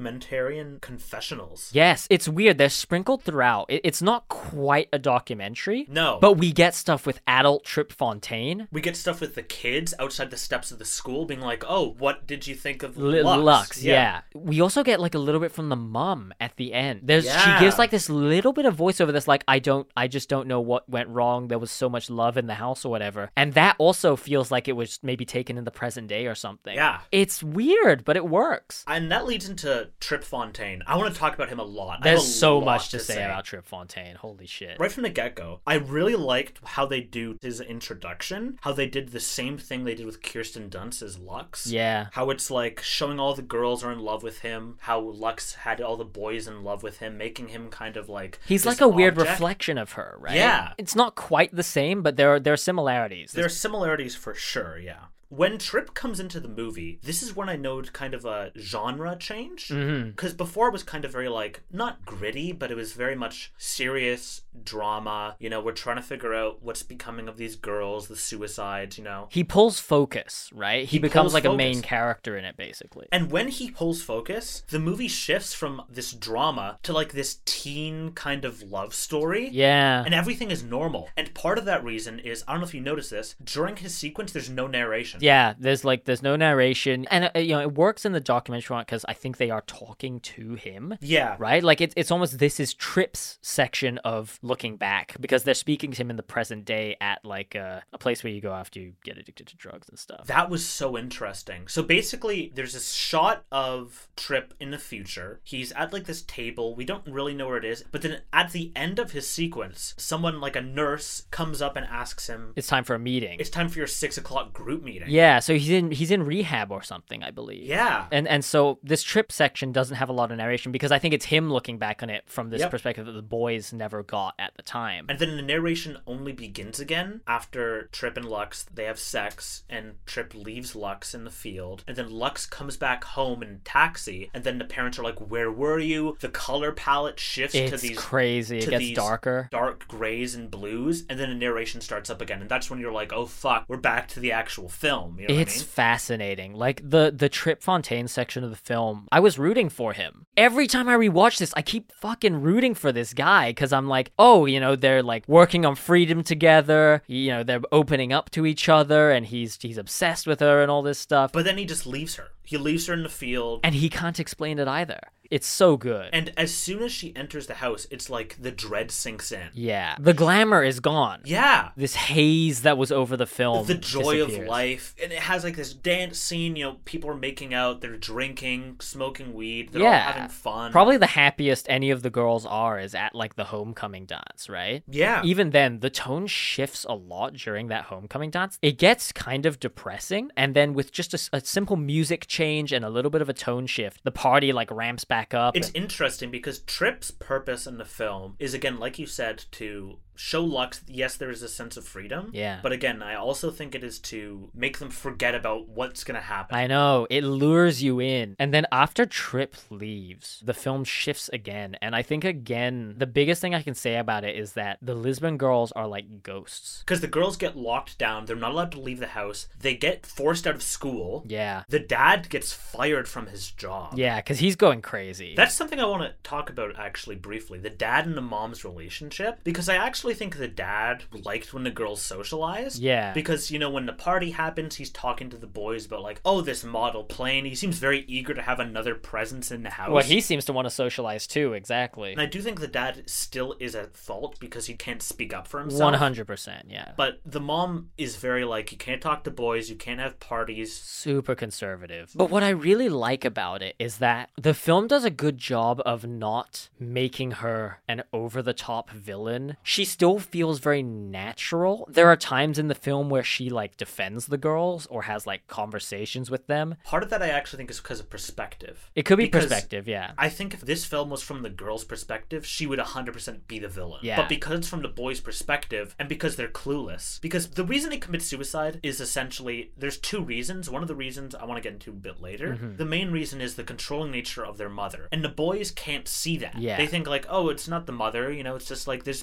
documentarian confessionals. Yes, it's weird. They're sprinkled throughout. It, it's not quite a documentary, No. but we get stuff with adult Trip Fontaine. we get stuff with the kids outside the steps of the school being like, "Oh, what did you think of L- Lux?" Lux, yeah. We also get like a little bit from the mum at the end. There's Yeah. she gives like this little bit of voiceover that's like, I don't, I just don't know what went wrong. There was so much love in the house or whatever, and that also feels like it was maybe taken in the present day or something. Yeah. it's weird, but it works. And that leads into Trip Fontaine. I want to talk about him a lot. I have There's a so lot much to, say, about Trip Fontaine. Holy shit. Right from the get go, I really liked how they do his introduction, how they did the same thing they did with Kirsten Dunst as Lux. Yeah. How it's like showing all the girls are in love with him, how Lux had all the boys in love with him, making him kind of like. He's this like a weird object. reflection of her, right? Yeah. It's not quite the same, but there are there are similarities. There are similarities for sure, yeah. When Trip comes into the movie, this is when I noted kind of a genre change. Mm-hmm. Because before it was kind of very like, not gritty, but it was very much serious drama. You know, we're trying to figure out what's becoming of these girls, the suicides, you know. he pulls focus, right? He, pulls becomes like a main focus. character in it basically. And when he pulls focus, the movie shifts from this drama to like this teen kind of love story. Yeah. And everything is normal. And part of that reason is, I don't know if you noticed this, during his sequence, there's no narration. Yeah, there's like there's no narration, and uh, you know it works in the documentary because I think they are talking to him, Yeah. right? Like it's it's almost this is Trip's section of looking back because they're speaking to him in the present day at like a, a place where you go after you get addicted to drugs and stuff. That was so interesting. So basically, there's this shot of Trip in the future. He's at like this table. We don't really know where it is. But then at the end of his sequence, someone like a nurse comes up and asks him, It's time for a meeting. It's time for your six o'clock group meeting. yeah, so he's in he's in rehab or something, I believe. Yeah. And and so this trip section doesn't have a lot of narration because I think it's him looking back on it from this Yep. perspective that the boys never got at the time. And then the narration only begins again after Trip and Lux they have sex and Trip leaves Lux in the field and then Lux comes back home in taxi and then the parents are like where were you the color palette shifts to it's these crazy. It to gets these darker. dark grays and blues, and then the narration starts up again, and that's when you're like, oh fuck, we're back to the actual film. You know It's fascinating. Like the the Trip Fontaine section of the film, I was rooting for him. Every time I rewatch this, I keep fucking rooting for this guy because I'm like, oh, you know, they're like working on freedom together. You know, they're opening up to each other, and he's he's obsessed with her and all this stuff. But then he just leaves her. He leaves her in the field. and he can't explain it either. It's so good. And as soon as she enters the house, it's like the dread sinks in. yeah, the glamour is gone. Yeah. This haze that was over the film, The joy of disappears. life. And it has like this dance scene, you know, people are making out, they're drinking, smoking weed, they're all Yeah. having fun. Probably the happiest any of the girls are is at like the homecoming dance, right? Yeah. even then the tone shifts a lot during that homecoming dance it gets kind of depressing and then with just a, s- a simple music change and a little bit of a tone shift the party like ramps back up It's and- interesting because Trip's purpose in the film is again, like you said, to show Lux. Yes, there is a sense of freedom. Yeah. But again, I also think it is to make them forget about what's gonna happen. I know, it lures you in. And then after Trip leaves, the film shifts again. And I think, again, the biggest thing I can say about it is that the Lisbon girls are like ghosts. Because the girls get locked down, they're not allowed to leave the house. They get forced out of school. Yeah. The dad gets fired from his job. Yeah, because he's going crazy. That's something I want to talk about actually briefly. The dad and the mom's relationship because I actually think the dad liked when the girls socialized. Yeah. Because, you know, when the party happens, he's talking to the boys about, like, oh, this model plane. He seems very eager to have another presence in the house. Well, he seems to want to socialize too. Exactly. And I do think the dad still is at fault because he can't speak up for himself. One hundred percent. Yeah. But the mom is very like, you can't talk to boys, you can't have parties. super conservative. But what I really like about it is that the film does a good job of not making her an over the top villain. She still feels very natural. There are times in the film where she like defends the girls or has like conversations with them. Part of that I actually think is because of perspective. It could be Because- perspective, yeah. I think if this film was from the girl's perspective, she would 100% be the villain. Yeah. But because it's from the boy's perspective, and because they're clueless, because the reason they commit suicide is essentially there's two reasons. One of the reasons I want to get into a bit later. Mm-hmm. The main reason is the controlling nature of their mother. And the boys can't see that. Yeah. They think, like, oh, it's not the mother, you know, it's just like this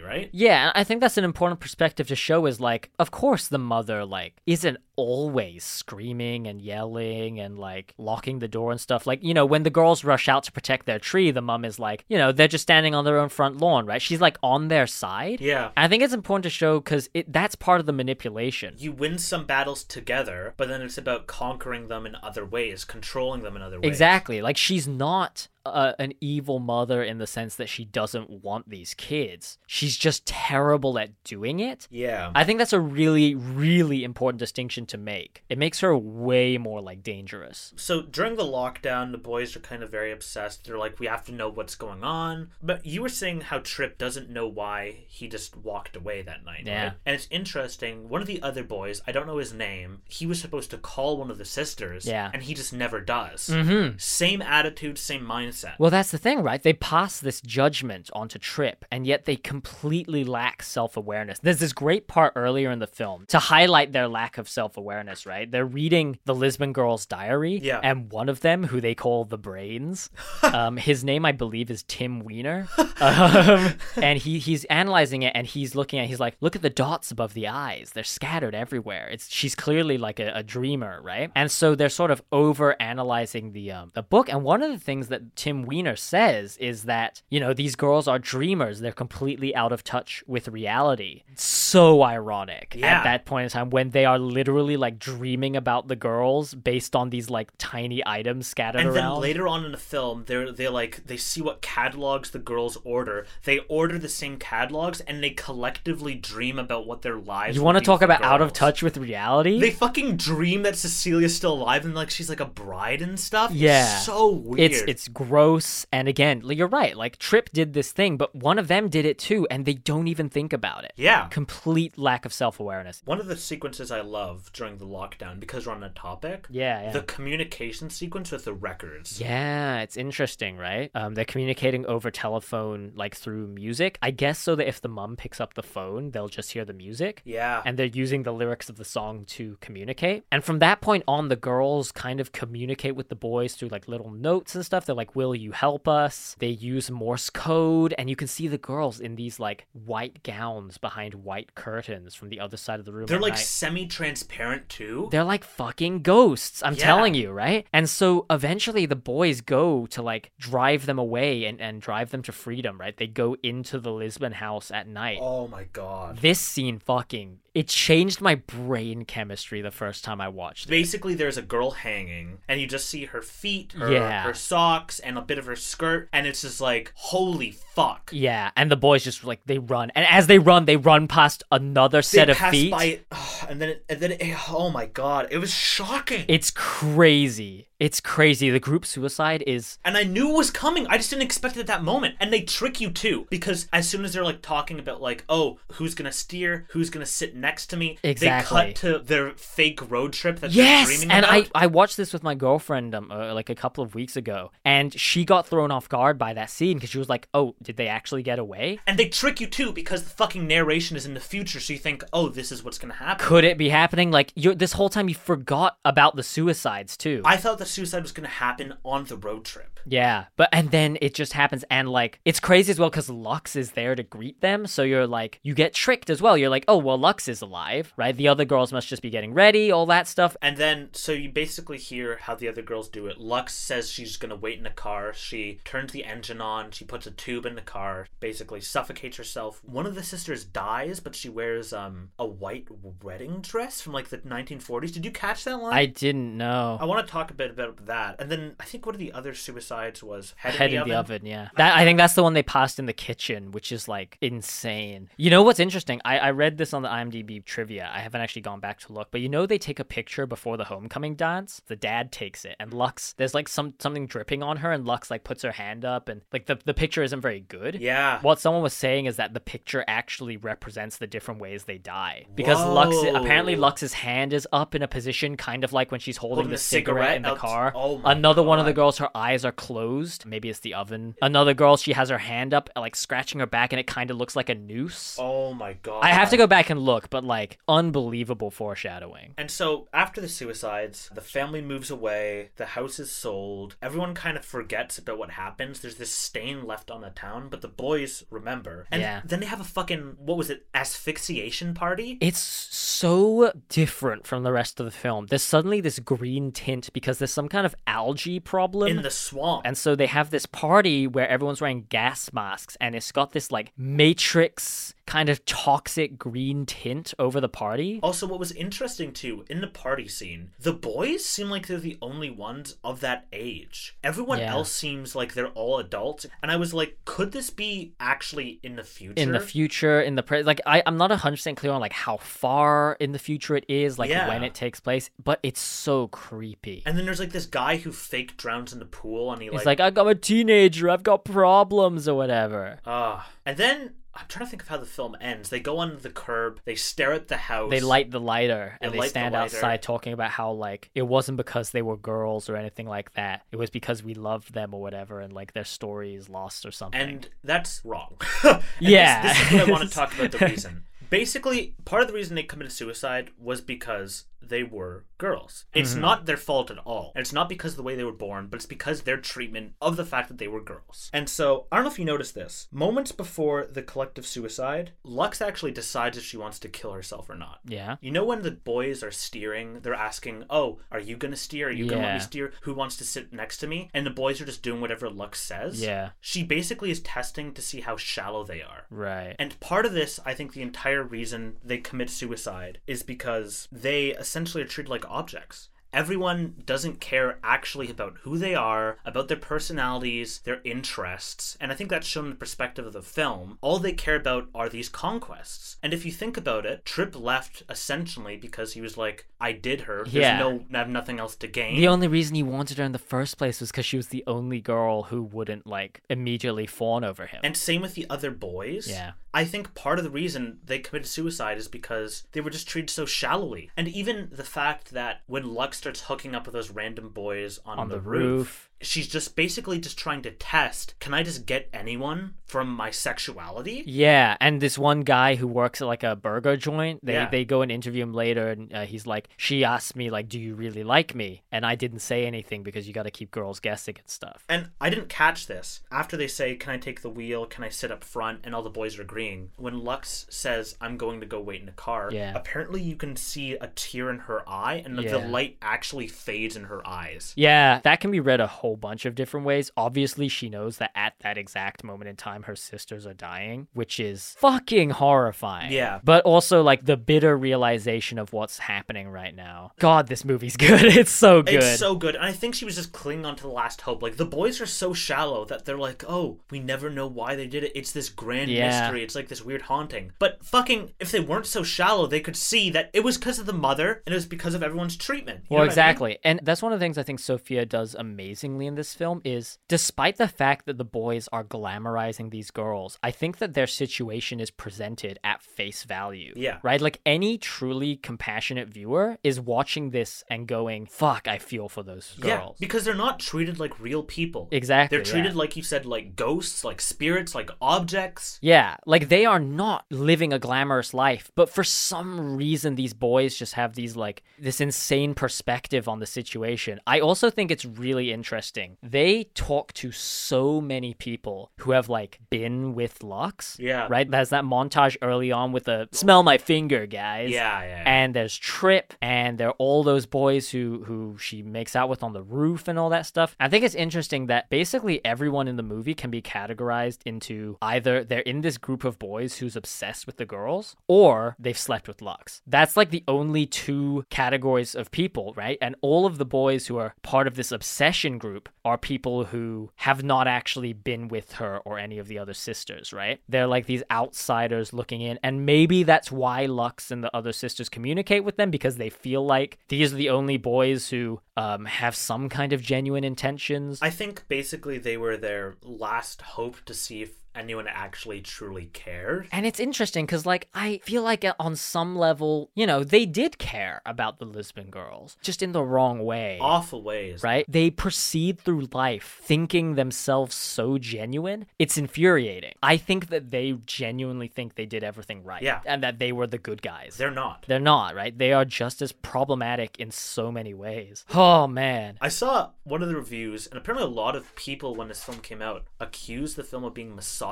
right? Yeah, and I think that's an important perspective to show is like, of course, the mother like isn't always screaming and yelling and like locking the door and stuff. Like, you know, when the girls rush out to protect their tree, the mum is like, you know, they're just standing on their own front lawn, right? She's like on their side. Yeah. I think it's important to show because that's part of the manipulation. You win some battles together, but then it's about conquering them in other ways, controlling them in other ways. Exactly. Like she's not uh, an evil mother in the sense that she doesn't want these kids. She's just terrible at doing it. Yeah. I think that's a really, really important distinction to make. It makes her way more like dangerous. So during the lockdown, the boys are kind of very obsessed. They're like, we have to know what's going on. But you were saying how Trip doesn't know why he just walked away that night. Yeah. right? And it's interesting. One of the other boys, I don't know his name, he was supposed to call one of the sisters. Yeah. And he just never does. Mm-hmm. Same attitude, same mindset. Well, that's the thing, right? They pass this judgment onto Trip, and yet they completely lack self awareness. There's this great part earlier in the film to highlight their lack of self awareness, right? They're reading the Lisbon girl's diary, Yeah. and one of them, who they call the Brains, um, his name, I believe, is Tim Wiener. Um, and he, he's analyzing it, and he's looking at, he's like, look at the dots above the eyes. They're scattered everywhere. It's She's clearly like a, a dreamer, right? And so they're sort of over analyzing the, um, the book. And one of the things that Tim Wiener says is that, you know, these girls are dreamers. They're completely out of touch with reality. So ironic Yeah. at that point in time when they are literally like dreaming about the girls based on these like tiny items scattered and around. then later on in the film, they're they like they see what catalogs the girls order. They order the same catalogs, and they collectively dream about what their lives. You want to talk about out of girls. touch with reality? They fucking dream that Cecilia's still alive and like she's like a bride and stuff. It's Yeah. so weird. it's it's gross and again like, you're right like trip did this thing but one of them did it too and they don't even think about it yeah. complete lack of self-awareness One of the sequences I love during the lockdown because we're on a topic. yeah yeah The communication sequence with the records. yeah it's interesting right um they're communicating over telephone like through music i guess so that if the mum picks up the phone they'll just hear the music Yeah. and they're using the lyrics of the song to communicate. And from that point on, the girls kind of communicate with the boys through like little notes and stuff. They're like, Will you help us? They use Morse code, and you can see the girls in these like white gowns behind white curtains from the other side of the room. They're at like night. semi transparent too. They're like fucking ghosts. I'm Yeah. telling you, right? And so eventually the boys go to like drive them away and, and drive them to freedom, right? They go into the Lisbon house at night Oh my god. this scene fucking it changed my brain chemistry the first time I watched it. Basically, there's a girl hanging, and you just see her feet, her, Yeah. her socks, and a bit of her skirt, and it's just like, holy fuck. Yeah, and the boys just like they run, and as they run, they run past another set they of pass feet. by, and then, and then, oh my god, it was shocking. It's crazy. It's crazy. The group suicide is And I knew it was coming. I just didn't expect it at that moment. And they trick you too, because as soon as they're like talking about like, oh, who's gonna steer, who's gonna sit next to me, they Exactly. cut to their fake road trip that they're yes. dreaming And about. I I watched this with my girlfriend um uh, like a couple of weeks ago, and she got thrown off guard by that scene because she was like, "Oh, did they actually get away? and they trick you too because the fucking narration is in the future, so you think, oh, this is what's gonna happen. Could it be happening?" Like you, this whole time you forgot about the suicides too. I thought the suicide was going to happen on the road trip. Yeah, but and then it just happens, and like it's crazy as well because Lux is there to greet them, so you're like you get tricked as well. You're like, oh well, Lux is alive, right? The other girls must just be getting ready, all that stuff. And then, so you basically hear how the other girls do it. Lux says she's going to wait in the car. She turns the engine on. She puts a tube in the car, basically suffocates herself. One of the sisters dies, but she wears um a white wedding dress from like the 1940s. Did you catch that line? I didn't know. I want to talk a bit about that. And then I think one of the other suicides was head, Head in the, oven. yeah. That I think that's the one they passed in the kitchen, which is like insane. You know what's interesting? I, I read this on the IMDb trivia. I haven't actually gone back to look, but you know they take a picture before the homecoming dance. The dad takes it, and Lux, there's like some something dripping on her, and Lux like puts her hand up, and like the the picture isn't very good. Yeah. What someone was saying is that the picture actually represents the different ways they die. Because Lux Whoa. apparently Lux's hand is up in a position kind of like when she's holding, Holding the the cigarette, cigarette in the out- car. oh my Another one of the God. girls, her eyes are closed. Maybe it's the oven. Another girl, she has her hand up, like scratching her back, and it kind of looks like a noose. Oh my god. I have to go back and look, but like unbelievable foreshadowing. And so after the suicides, the family moves away, the house is sold, everyone kind of forgets about what happens. There's this stain left on the town, but the boys remember. And Yeah. then they have a fucking, what was it, asphyxiation party? It's so different from the rest of the film. There's suddenly this green tint because there's some kind of algae problem. in the swamp. And so they have this party where everyone's wearing gas masks and it's got this like matrix kind of toxic green tint over the party. also, what was interesting too, in the party scene, the boys seem like they're the only ones of that age. Everyone Yeah. else seems like they're all adults. And I was like, could this be actually in the future? In the future, in the pre like I, I'm not hundred percent clear on like how far in the future it is, like Yeah. when it takes place, but it's so creepy. And then there's like this guy who fake drowns in the pool and he It's like, like I'm a teenager, I've got problems or whatever. Ah. and then I'm trying to think of how the film ends. They go on the curb, they stare at the house. They light the lighter and They they, light the stand lighter. outside talking about how like it wasn't because they were girls or anything like that. It was because we loved them or whatever and like their story is lost or something. and that's wrong. And this- Yeah. This, is what I want to talk about the reason. Basically, part of the reason they committed suicide was because they were girls. It's Mm-hmm. not their fault at all. And it's not because of the way they were born, but it's because their treatment of the fact that they were girls. And so, I don't know if you noticed this. Moments before the collective suicide, Lux actually decides if she wants to kill herself or not. yeah. You know when the boys are steering, they're asking, "Oh, are you gonna steer? Are you gonna let Yeah. me steer? Who wants to sit next to me?" And the boys are just doing whatever Lux says. Yeah. She basically is testing to see how shallow they are. Right. And part of this, I think the entire reason they commit suicide is because they essentially are treated like objects. Everyone doesn't care actually about who they are, about their personalities, their interests, and I think that's shown in the perspective of the film. All they care about are these conquests. And if you think about it, Tripp left essentially because he was like, I did her. There's Yeah. no I have nothing else to gain. The only reason he wanted her in the first place was because she was the only girl who wouldn't like immediately fawn over him. And same with the other boys. Yeah. I think part of the reason they committed suicide is because they were just treated so shallowly. And even the fact that when Lux starts hooking up with those random boys on, on the, roof, roof. she's just basically just trying to test can I just get anyone from my sexuality? Yeah, and this one guy who works at like a burger joint, they Yeah. they go and interview him later, and uh, he's like, she asked me like, do you really like me? And I didn't say anything because you got to keep girls guessing and stuff. And I didn't catch this. After they say, Can I take the wheel? Can I sit up front? And all the boys are agreeing. When Lux says, I'm going to go wait in the car, Yeah. apparently you can see a tear in her eye, and the- the Yeah. light actually fades in her eyes. Yeah, that can be read a whole bunch of different ways. Obviously, she knows that at that exact moment in time, her sisters are dying, which is fucking horrifying. Yeah. But also, like, the bitter realization of what's happening right now. God, this movie's good. It's so good. It's so good. And I think she was just clinging on to the last hope. Like, the boys are so shallow that they're like, oh, we never know why they did it. It's this grand Yeah. mystery. It's like this weird haunting. But fucking, if they weren't so shallow, they could see that it was because of the mother and it was because of everyone's treatment. You know well, what I mean? exactly. And that's one of the things I think Sophia does amazingly in this film is despite the fact that the boys are glamorizing these girls, I think that their situation is presented at face value. Yeah. Right? Like any truly compassionate viewer is watching this and going, fuck, I feel for those Yeah, girls. because they're not treated like real people. Exactly. They're treated yeah. like you said, like ghosts, like spirits, like objects. Yeah, like they are not living a glamorous life, but for some reason these boys just have these like this insane perspective on the situation. I also think it's really interesting. They talk to so many people who have like been with Lux. Yeah. Right? There's that montage early on with the smell my finger, guys. Yeah, yeah, yeah. And there's Trip and there are all those boys who who she makes out with on the roof and all that stuff. I think it's interesting that basically everyone in the movie can be categorized into either they're in this group of boys who's obsessed with the girls or they've slept with Lux. That's like the only two categories of people, right? And all of the boys who are part of this obsession group are people who have not actually been with her or any of the other sisters, right? They're like these outsiders looking in. And maybe that's why Lux and the other sisters communicate with them because they feel like these are the only boys who um, have some kind of genuine intentions. I think basically they were their last hope to see if anyone actually truly cared. And it's interesting because, like, I feel like uh, on some level, you know, they did care about the Lisbon girls, just in the wrong way. Awful ways. Right? They proceed through life thinking themselves so genuine. It's infuriating. I think that they genuinely think they did everything right. Yeah. And that they were the good guys. They're not. They're not, right? They are just as problematic in so many ways. Oh, man. I saw one of the reviews, and apparently a lot of people when this film came out accused the film of being misogynistic.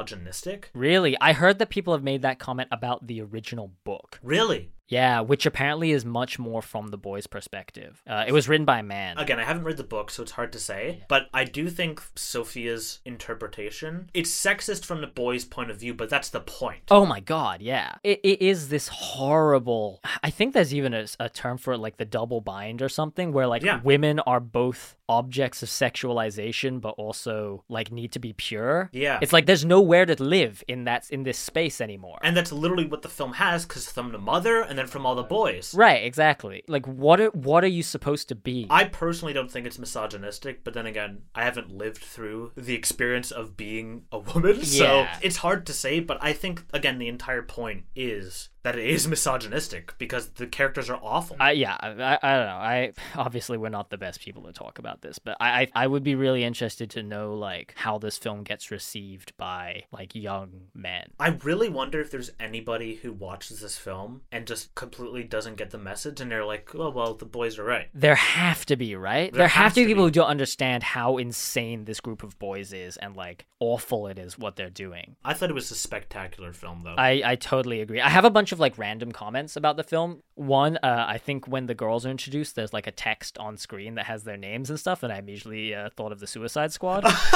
Really? I heard that people have made that comment about the original book. Really? Yeah, which apparently is much more from the boy's perspective. Uh, it was written by a man. Again, I haven't read the book, so it's hard to say, but I do think Sophia's interpretation, it's sexist from the boy's point of view, but that's the point. Oh my god, yeah. It, it is this horrible. I think there's even a, a term for it, like the double bind or something, where like Yeah. women are both objects of sexualization, but also like need to be pure. Yeah. it's like there's nowhere to live in that in this space anymore. And that's literally what the film has, because from the mother and then from all the boys. right, exactly. Like what are, what are you supposed to be? I personally don't think it's misogynistic, but then again, I haven't lived through the experience of being a woman, so Yeah. it's hard to say. But I think, again, the entire point is that it is misogynistic because the characters are awful. I, yeah, I, I I don't know. I obviously we're not the best people to talk about this, but I, I I would be really interested to know like how this film gets received by like young men. I really wonder if there's anybody who watches this film and just completely doesn't get the message and they're like, oh, well, the boys are right. There have to be, right? There, have has to be to people be. who don't understand how insane this group of boys is and like awful it is what they're doing. I thought it was a spectacular film, though. I, I totally agree. I have a bunch of like random comments about the film. One, uh, I think when the girls are introduced, there's like a text on screen that has their names and stuff, and I immediately uh, thought of the Suicide Squad.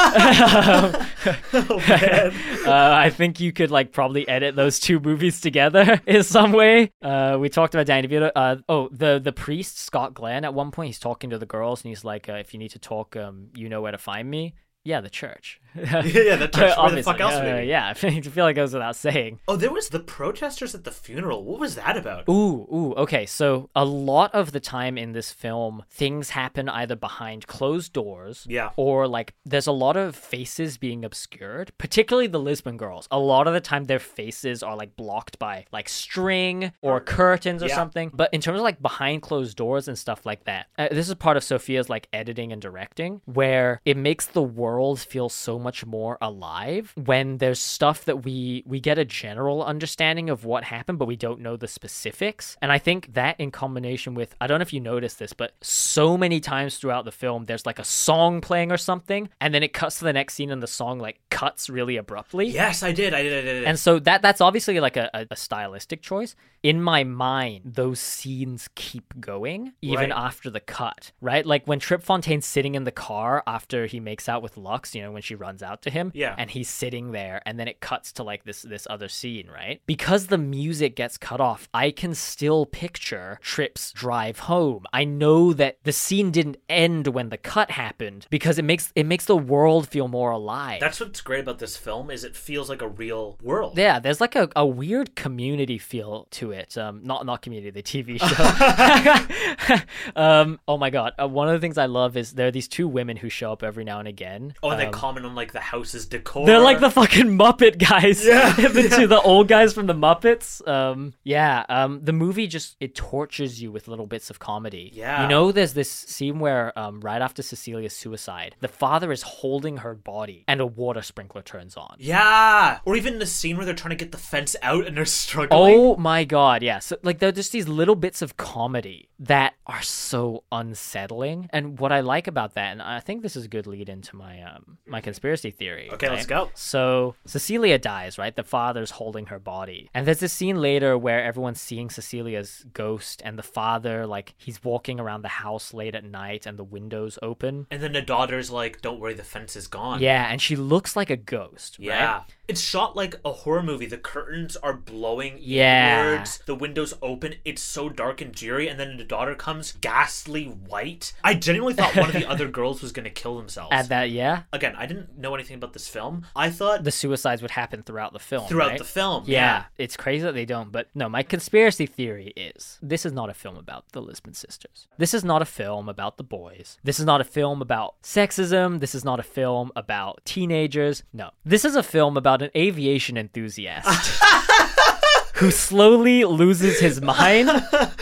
oh, man. uh, I think you could like probably edit those two movies together in some way. Uh, we talked about Danny DeVito. Uh, oh, the the priest Scott Glenn. At one point, he's talking to the girls, and he's like, uh, "If you need to talk, um, you know where to find me." Yeah, the church. yeah, the church. Where the Obviously. fuck else would Uh, they be? yeah, I feel like it goes without saying. Oh, there was the protesters at the funeral. What was that about? Ooh, ooh, okay. So a lot of the time in this film, things happen either behind closed doors, Yeah. or like there's a lot of faces being obscured, particularly the Lisbon girls. A lot of the time, their faces are like blocked by like string or curtains or Yeah. something. But in terms of like behind closed doors and stuff like that, uh, this is part of Sophia's like editing and directing where it makes the world feel so much more alive when there's stuff that we we get a general understanding of what happened, but we don't know the specifics. And I think that in combination with I don't know if you noticed this, but so many times throughout the film, there's like a song playing or something, and then it cuts to the next scene, and the song like cuts really abruptly. Yes, I did. I did. I did. I did. And so that that's obviously like a, a, a stylistic choice. In my mind, those scenes keep going even Right. after the cut, right? Like when Trip Fontaine's sitting in the car after he makes out with Lux, you know, when she runs out to him, Yeah. and he's sitting there, and then it cuts to like this this other scene, right? Because the music gets cut off, I can still picture Trip's drive home. I know that the scene didn't end when the cut happened because it makes it makes the world feel more alive. That's what's great about this film is it feels like a real world. Yeah, there's like a, a weird community feel to it. Um, not not community, the TV show. um, oh my god, uh, one of the things I love is there are these two women who show up every now and again. Oh, and they Um, comment on like like the house's decor. They're like the fucking Muppet guys. Yeah, the yeah. two the old guys from the Muppets. Um, yeah. Um, the movie just it tortures you with little bits of comedy. Yeah. You know, there's this scene where um, right after Cecilia's suicide, the father is holding her body, and a water sprinkler turns on. Yeah, or even the scene where they're trying to get the fence out and they're struggling. Oh my god, yeah. So like there are just these little bits of comedy that are so unsettling. And what I like about that, and I think this is a good lead into my um my conspiracy theory. Okay, let's go. So Cecilia dies, right? The father's holding her body. And there's this scene later where everyone's seeing Cecilia's ghost and the father, like he's walking around the house late at night and the windows open. And then the daughter's like, "Don't worry, the fence is gone." Yeah, and she looks like a ghost, Yeah. right? It's shot like a horror movie. The curtains are blowing Yeah. inwards. The windows open. It's so dark and dreary. And then the daughter comes ghastly white. I genuinely thought one of the other girls was going to kill themselves. At that, yeah, Again, I didn't know anything about this film. I thought the suicides would happen throughout the film. throughout right? the film. Yeah. it's crazy that they don't. But no, my conspiracy theory is this is not a film about the Lisbon sisters. This is not a film about the boys. This is not a film about sexism. This is not a film about teenagers. No, this is a film about an aviation enthusiast. Who slowly loses his mind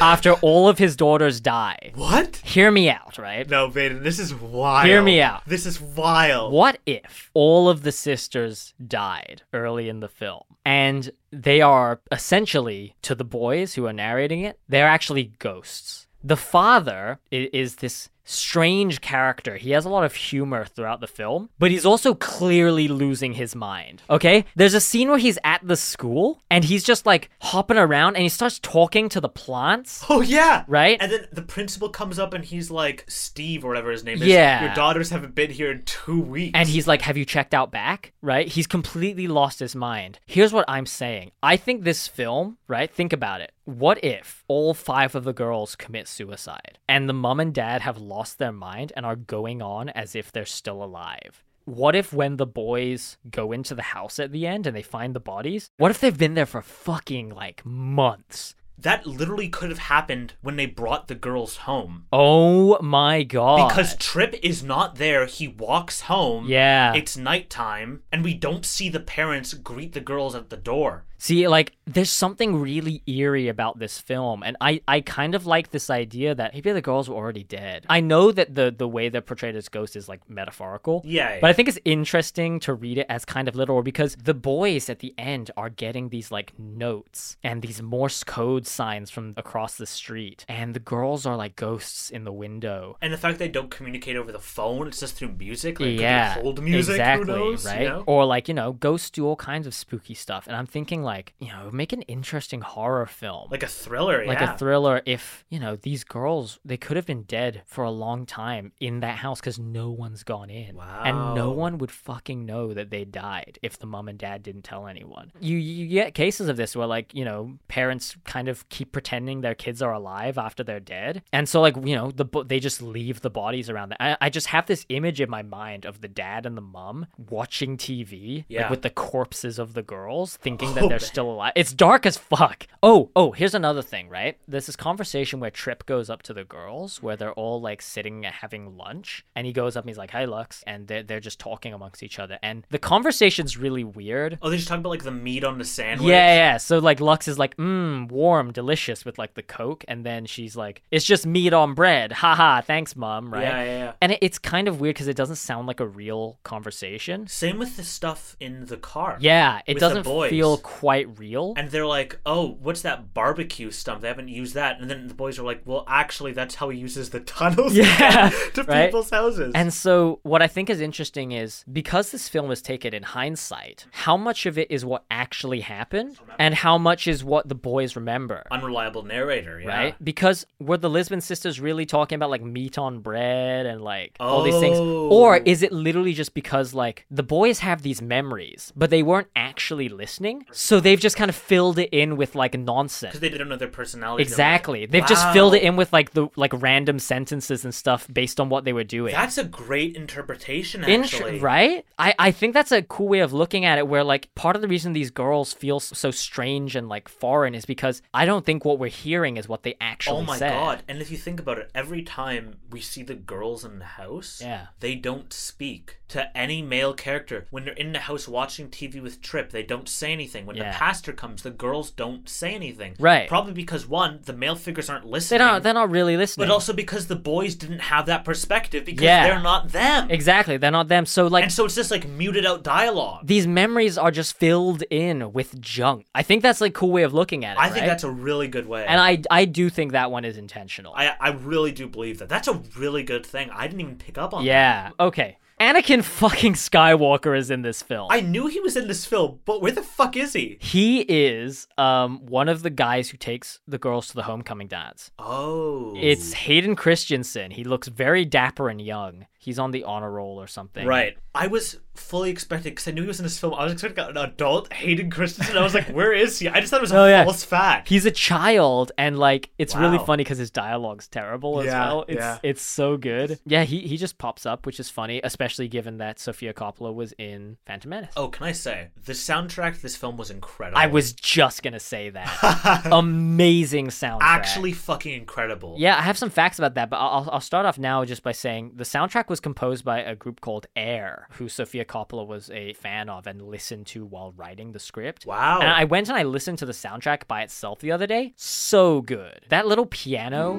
after all of his daughters die. What? Hear me out, right? No, Vaden, this is wild. Hear me out. This is wild. What if all of the sisters died early in the film and they are essentially, to the boys who are narrating it, they're actually ghosts? The father i- is this strange character. He has a lot of humor throughout the film, but he's also clearly losing his mind. Okay? There's a scene where he's at the school and he's just like hopping around and he starts talking to the plants. Oh yeah. Right? And then the principal comes up and he's like, Steve or whatever his name is. Yeah. Your daughters haven't been here in two weeks. And he's like, Have you checked out back? Right? He's completely lost his mind. Here's what I'm saying I think this film, right? Think about it. What if all five of the girls commit suicide and the mom and dad have lost their mind and are going on as if they're still alive? What if when the boys go into the house at the end and they find the bodies, what if they've been there for fucking like months? that literally could have happened when they brought the girls home. Oh my god. Because Trip is not there. He walks home. yeah. It's nighttime, and we don't see the parents greet the girls at the door. See, like, there's something really eerie about this film, and I, I kind of like this idea that maybe the girls were already dead. I know that the the way they're portrayed as ghosts is like metaphorical, Yeah. but I think it's interesting to read it as kind of literal because the boys at the end are getting these like notes and these Morse code signs from across the street, and the girls are like ghosts in the window. and the fact they don't communicate over the phone, it's just through music, like yeah, could be hold music, exactly, who knows, you right? know? Or like you know, ghosts do all kinds of spooky stuff, and I'm thinking like you know, make an interesting horror film, like a thriller, like yeah. a thriller if you know these girls they could have been dead for a long time in that house because no one's gone in and no Wow. one would fucking know that they died if the mom and dad didn't tell anyone you you get cases of this where like you know parents kind of keep pretending their kids are alive after they're dead and so like you know the bo- they just leave the bodies around the- I, I just have this image in my mind of the dad and the mom watching tv Yeah. like with the corpses of the girls thinking that Oh, they're man. still alive it's dark as fuck oh oh here's another thing right there's this conversation where trip goes up to the girls where they're all like sitting and having lunch and he goes up and he's like hey lux and they're, they're just talking amongst each other and the conversation's really weird oh, they just talk about like the meat on the sandwich. yeah, yeah. So like Lux is like, mmm, warm, delicious with like the Coke, and then she's like, it's just meat on bread. Haha, thanks, mom. Right? yeah, yeah, yeah. And it, it's kind of weird because it doesn't sound like a real conversation. Same with the stuff in the car. Yeah, it With the doesn't boys. feel quite real. And they're like, oh, what's that barbecue stump? They haven't used that. And then the boys are like, well, actually, that's how he uses the tunnels Yeah, to right? people's houses. And so, what I think is interesting is because this film is taken in hindsight, how much of it is what actually happened and how much is what the boys remember, Unreliable narrator, yeah. right? Because were the Lisbon sisters really talking about like meat on bread and like all these things? Or Oh. is it literally just because like the boys have these memories, but they weren't actually listening? So they've just kind of filled it in with like nonsense. Because they don't know their personality. Exactly. They've just filled Wow. it in with like the like random sentences and stuff based on what they were doing. That's a great interpretation, Int- actually. right? I, I think that's a cool way of looking at it where like part of the reason these girls feel s- so strange and like foreign is because I I don't think what we're hearing is what they actually Oh my said. god! And if you think about it, every time we see the girls in the house, Yeah. they don't speak to any male character. When they're in the house watching TV with Trip, they don't say anything. When Yeah. the pastor comes, the girls don't say anything. Right. Probably because one, the male figures aren't They listening. don't. They're not really listening. but also because the boys didn't have that perspective because Yeah. they're not them. exactly, they're not them. So like. And so it's just like muted out dialogue. these memories are just filled in with junk. I think that's like a cool way of looking at it. I think right? that's a really good way. and I I do think that one is intentional. I, I really do believe that. That's a really good thing. I didn't even pick up on that. yeah. Okay. Anakin fucking Skywalker is in this film. I knew he was in this film, but where the fuck is he? he is um one of the guys who takes the girls to the homecoming dance. Oh. It's Hayden Christensen. He looks very dapper and young. He's on the honor roll or something. Right. I was fully expecting because I knew he was in this film. I was expecting an adult Hayden Christensen. I was like, where is he? I just thought it was a Oh, yeah. false fact. He's a child, and like it's really Wow. funny because his dialogue's terrible as Yeah, well. It's yeah. it's so good. Yeah, he he just pops up, which is funny, especially given that Sofia Coppola was in Phantom Menace. oh, can I say the soundtrack to this film was incredible. I was just gonna say that. Amazing soundtrack. actually fucking incredible. Yeah, I have some facts about that, but I'll, I'll start off now just by saying the soundtrack was composed by a group called Air, who Sofia Coppola was a fan of and listened to while writing the script. Wow. And I went and I listened to the soundtrack by itself the other day. So good. That little piano.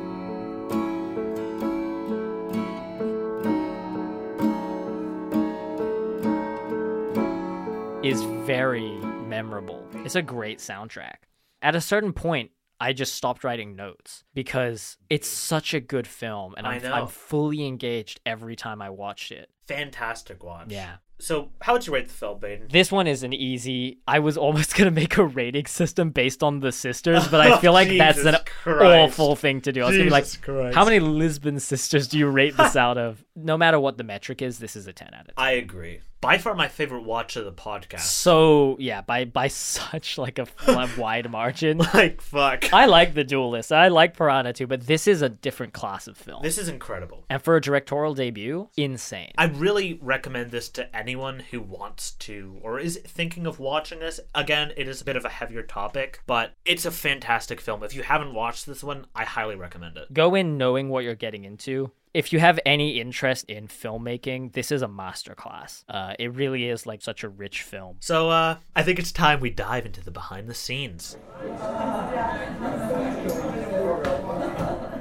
Is very memorable. It's a great soundtrack. At a certain point, I just stopped writing notes because it's such a good film and I I'm, know. I'm fully engaged every time I watched it. Fantastic watch. Yeah. So, how would you rate the film, Baden? This one is an easy. I was almost gonna make a rating system based on the sisters, but I feel like that's an Oh, Jesus Christ. awful thing to do. I was gonna be Jesus like, Christ. how many Lisbon sisters do you rate this out of? No matter what the metric is, this is a ten out of ten. I agree. By far my favorite watch of the podcast. So yeah, by by such like a fl- wide margin. Like, fuck. I like the Duelist. I like Piranha too, but this is a different class of film. This is incredible. and for a directorial debut, insane. I really recommend this to anyone who wants to or is thinking of watching this. Again, it is a bit of a heavier topic, but it's a fantastic film. If you haven't watched this one, I highly recommend it. go in knowing what you're getting into. If you have any interest in filmmaking, this is a masterclass. Uh, it really is like such a rich film. So, uh, I think it's time we dive into the behind the scenes.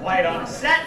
Light on set.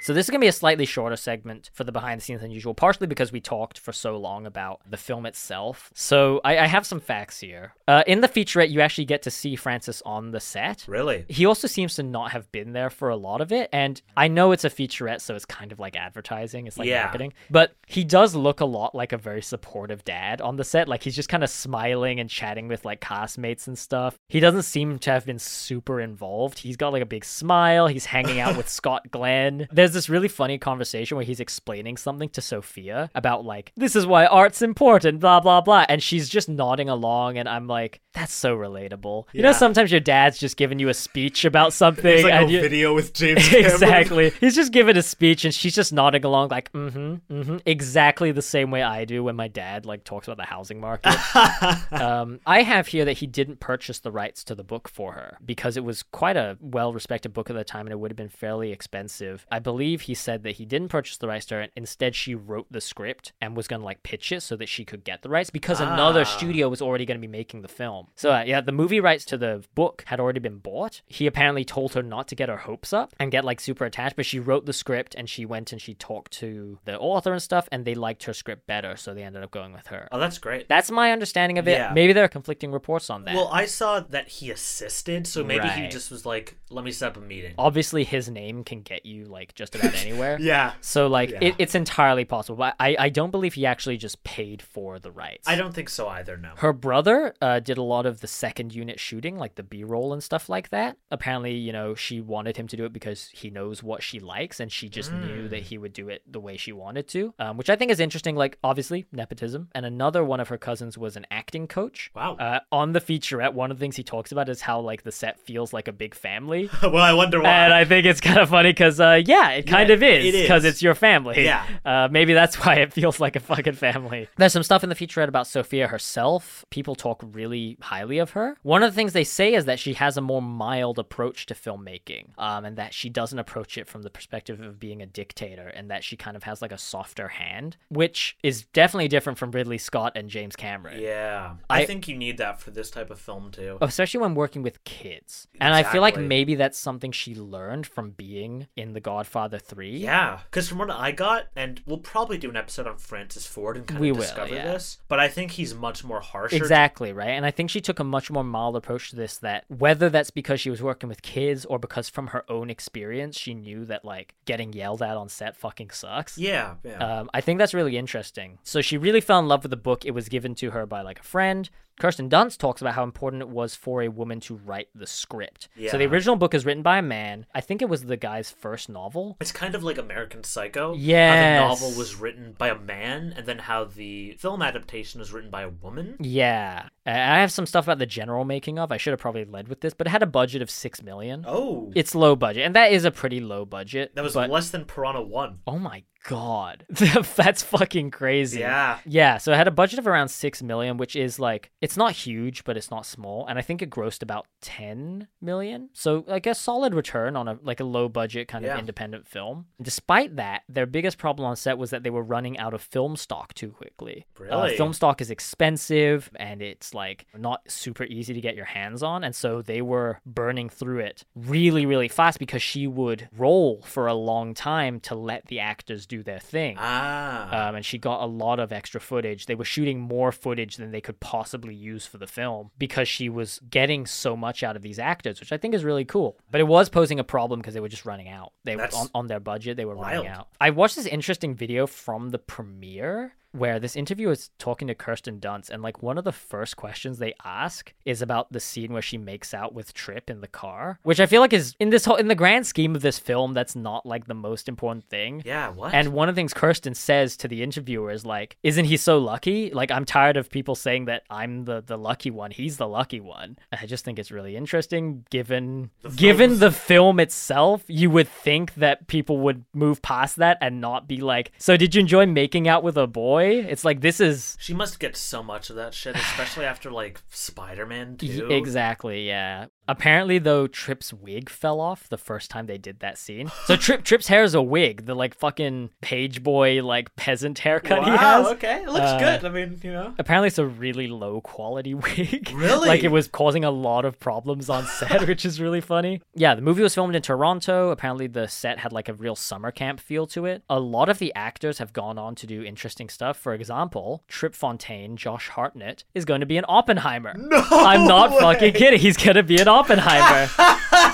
So this is gonna be a slightly shorter segment for the behind the scenes than usual, partially because we talked for so long about the film itself. So I, I have some facts here. Uh, in the featurette, you actually get to see Francis on the set. Really? He also seems to not have been there for a lot of it. And I know it's a featurette, so it's kind of like advertising, it's like Yeah. marketing. But he does look a lot like a very supportive dad on the set. Like he's just kind of smiling and chatting with like castmates and stuff. He doesn't seem to have been super involved. He's got like a big smile. He's hanging out with Scott Glenn. There's this really funny conversation where he's explaining something to Sophia about like, this is why art's important, blah, blah, blah. And she's just nodding along. And I'm like, that's so relatable. You know, Yeah. sometimes your dad's just giving you a speech about something. and you- video with James exactly. He's just giving a speech and she's just nodding along like, mm-hmm, mm-hmm. Exactly the same way I do when my dad like talks about the housing market. um, I have here that he didn't purchase the rights to the book for her because it was quite a well-respected book at the time and it would have been fairly expensive. I believe he said that he didn't purchase the rights to her. Instead, she wrote the script and was going to like pitch it so that she could get the rights because another Ah. studio was already going to be making the film. So uh, yeah, the movie rights to the book had already been bought. He apparently told her not to get her hopes up and get like super attached, but she wrote the script and she went and she talked to the author and stuff, and they liked her script better, so they ended up going with her. Oh, that's great. That's my understanding of it. Yeah. Maybe there are conflicting reports on that. Well, I saw that he assisted, so maybe he Right. just was like, let me set up a meeting. Obviously, his name can get you like just about anywhere. Yeah. So like Yeah. it, it's entirely possible, but I I don't believe he actually just paid for the rights. I don't think so either, no. Her brother uh, did a lot of the second unit shooting, like the B roll and stuff like that. Apparently, you know, she wanted him to do it because he knows what she likes and she just knew that he would do it the way she wanted to, um, which I think is interesting. Like, obviously, nepotism. And another one of her cousins was an acting coach. Wow. Uh, on the featurette, one of the things he talks about is how, like, the set feels like a big family. well, I wonder why. And I think it's kind of funny because, uh, yeah, it kind of is it is. because it's your family. Yeah. Uh, maybe that's why it feels like a fucking family. There's some stuff in the featurette about Sophia herself. People talk really highly of her. One of the things they say is that she has a more mild approach to filmmaking um, and that she doesn't approach it from the perspective of being a dictator and that she kind of has like a softer hand, which is definitely different from Ridley Scott and James Cameron. Yeah. I, I- think you need that for this type of film too. especially when working with kids. And I feel like Exactly. maybe that's something she learned from being in The Godfather 3. Yeah, because from what I got, and we'll probably do an episode on Francis Ford and kind We of will, discover yeah. this, but I think he's much more harsher. Exactly, right? And I think she took a much more mild approach to this that whether that's because she was working with kids or because from her own experience she knew that like getting yelled at on set fucking sucks. Yeah, yeah. Um, I think that's really interesting. So she really fell in love with the book. It was given to her by like a friend. Kirsten Dunst talks about how important it was for a woman to write the script. So the Yeah. original book is written by a man. I think it was the guy's first novel. It's kind of like American Psycho. Yes. How the novel was written by a man, and then how the film adaptation was written by a woman. Yeah. Uh, I have some stuff about the general making of. I should have probably led with this, but it had a budget of 6 million. Oh. It's low budget, and that is a pretty low budget. that was but- less than Piranha 1. Oh my god. That's fucking crazy. Yeah. Yeah, so it had a budget of around 6 million, which is like it's not huge, but it's not small, and I think it grossed about 10 million. So like a solid return on a like a low budget kind Yeah. of independent film. Despite that, their biggest problem on set was that they were running out of film stock too quickly. Uh, Really? film stock is expensive and it's like not super easy to get your hands on, and so they were burning through it really really fast because she would roll for a long time to let the actors do their thing Ah. um, and she got a lot of extra footage. They were shooting more footage than they could possibly use for the film because she was getting so much out of these actors, which I think is really cool. But it was posing a problem because they were just running out. They were That's on, on their budget, they were running wild. out. I watched this interesting video from the premiere where this interviewer is talking to Kirsten Dunst, and like one of the first questions they ask is about the scene where she makes out with Trip in the car, which I feel like is in this whole in the grand scheme of this film, that's not like the most important thing. yeah, what? And one of the things Kirsten says to the interviewer is like, "Isn't he so lucky? Like, I'm tired of people saying that I'm the the lucky one. He's the lucky one." I just think it's really interesting, given The given films. the film itself. You would think that people would move past that and not be like, "So did you enjoy making out with a boy?" It's like this is she must get so much of that shit, especially after, like, Spider Man 2. Y- exactly yeah. Apparently, though, Trip's wig fell off the first time they did that scene. So Trip Trip's hair is a wig, the like fucking page boy like peasant haircut he Wow, has. okay. It looks Uh, good. I mean, you know. apparently it's a really low quality wig. Really? like it was causing a lot of problems on set, which is really funny. Yeah, the movie was filmed in Toronto. Apparently the set had like a real summer camp feel to it. A lot of the actors have gone on to do interesting stuff. For example, Trip Fontaine, Josh Hartnett, is going to be an Oppenheimer. No! I'm not way. fucking kidding. He's gonna be an Oppenheimer.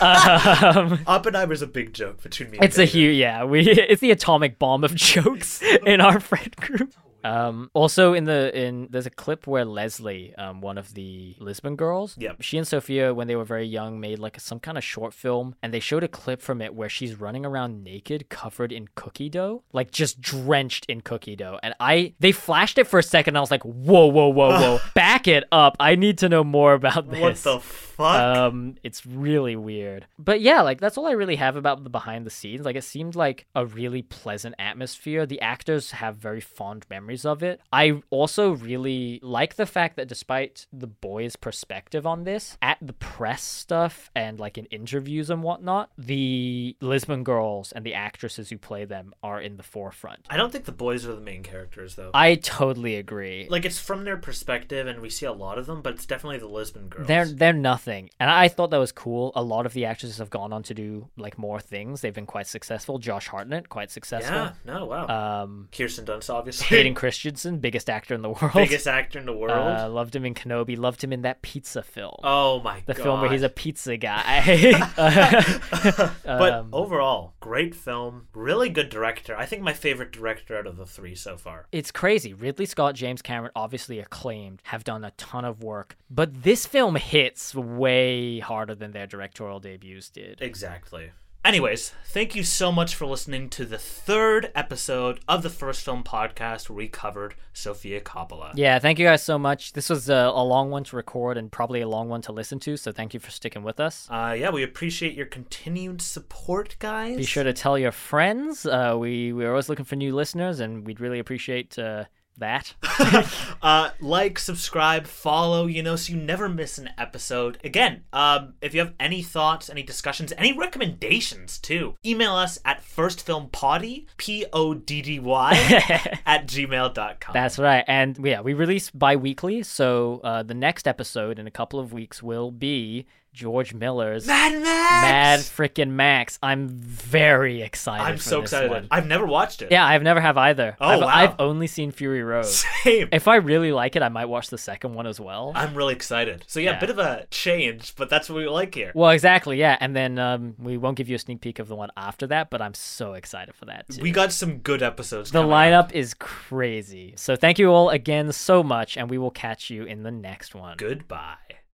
um, Oppenheimer's a big joke between me and it's a David. huge, yeah. We it's the atomic bomb of jokes in our friend group. Um, also in the in there's a clip where Leslie, um, one of the Lisbon girls, Yep. she and Sophia when they were very young made like some kind of short film, and they showed a clip from it where she's running around naked, covered in cookie dough, like just drenched in cookie dough. And I they flashed it for a second, and I was like, whoa, whoa, whoa, whoa, back it up! I need to know more about this. What the fuck? Um, it's really weird. But yeah, like that's all I really have about the behind the scenes. Like it seemed like a really pleasant atmosphere. The actors have very fond memories of it. I also really like the fact that despite the boys' perspective on this, at the press stuff and like in interviews and whatnot, the Lisbon girls and the actresses who play them are in the forefront. I don't think the boys are the main characters though. I totally agree. like it's from their perspective, and we see a lot of them, but it's definitely the Lisbon girls. They're they're nothing, and I thought that was cool. A lot of the actresses have gone on to do like more things. They've been quite successful. Josh Hartnett, quite yeah, successful. no, wow. Um, Kirsten Dunst, obviously, Hayden Christensen, biggest actor in the world. biggest actor in the world. Uh, loved him in Kenobi. Loved him in that pizza film. oh my god, the film where he's a pizza guy. Uh, but um, overall, great film, really good director. I think my favorite director out of the three so far. It's crazy. Ridley Scott, James Cameron, obviously acclaimed, have done a ton of work, but this film hits way harder than their directorial debuts did. Exactly. Anyways, thank you so much for listening to the third episode of the First Film Podcast where we covered Sofia Coppola. Yeah, thank you guys so much. This was a, a long one to record and probably a long one to listen to, so thank you for sticking with us. Uh, yeah, we appreciate your continued support, guys. Be sure to tell your friends. Uh, we we're always looking for new listeners, and we'd really appreciate uh, that. uh, like, subscribe, follow, you know, so you never miss an episode. Again, um, if you have any thoughts, any discussions, any recommendations too, email us at firstfilmpoddy, P O D D Y, at gmail.com. That's right. And yeah, we release bi weekly. So uh, the next episode in a couple of weeks will be George Miller's Mad Max! Mad Frickin' Max. I'm very excited. I'm for so this excited. one. I've never watched it. Yeah, I've never have either. Oh, I've, wow. I've only seen Fury Road. Same. if I really like it, I might watch the second one as well. I'm really excited. So, yeah, Yeah. bit of a change, but that's what we like here. well, exactly, yeah. And then um, we won't give you a sneak peek of the one after that, but I'm so excited for that too. We got some good episodes. the coming up. lineup is crazy. So thank you all again so much, and we will catch you in the next one. Goodbye.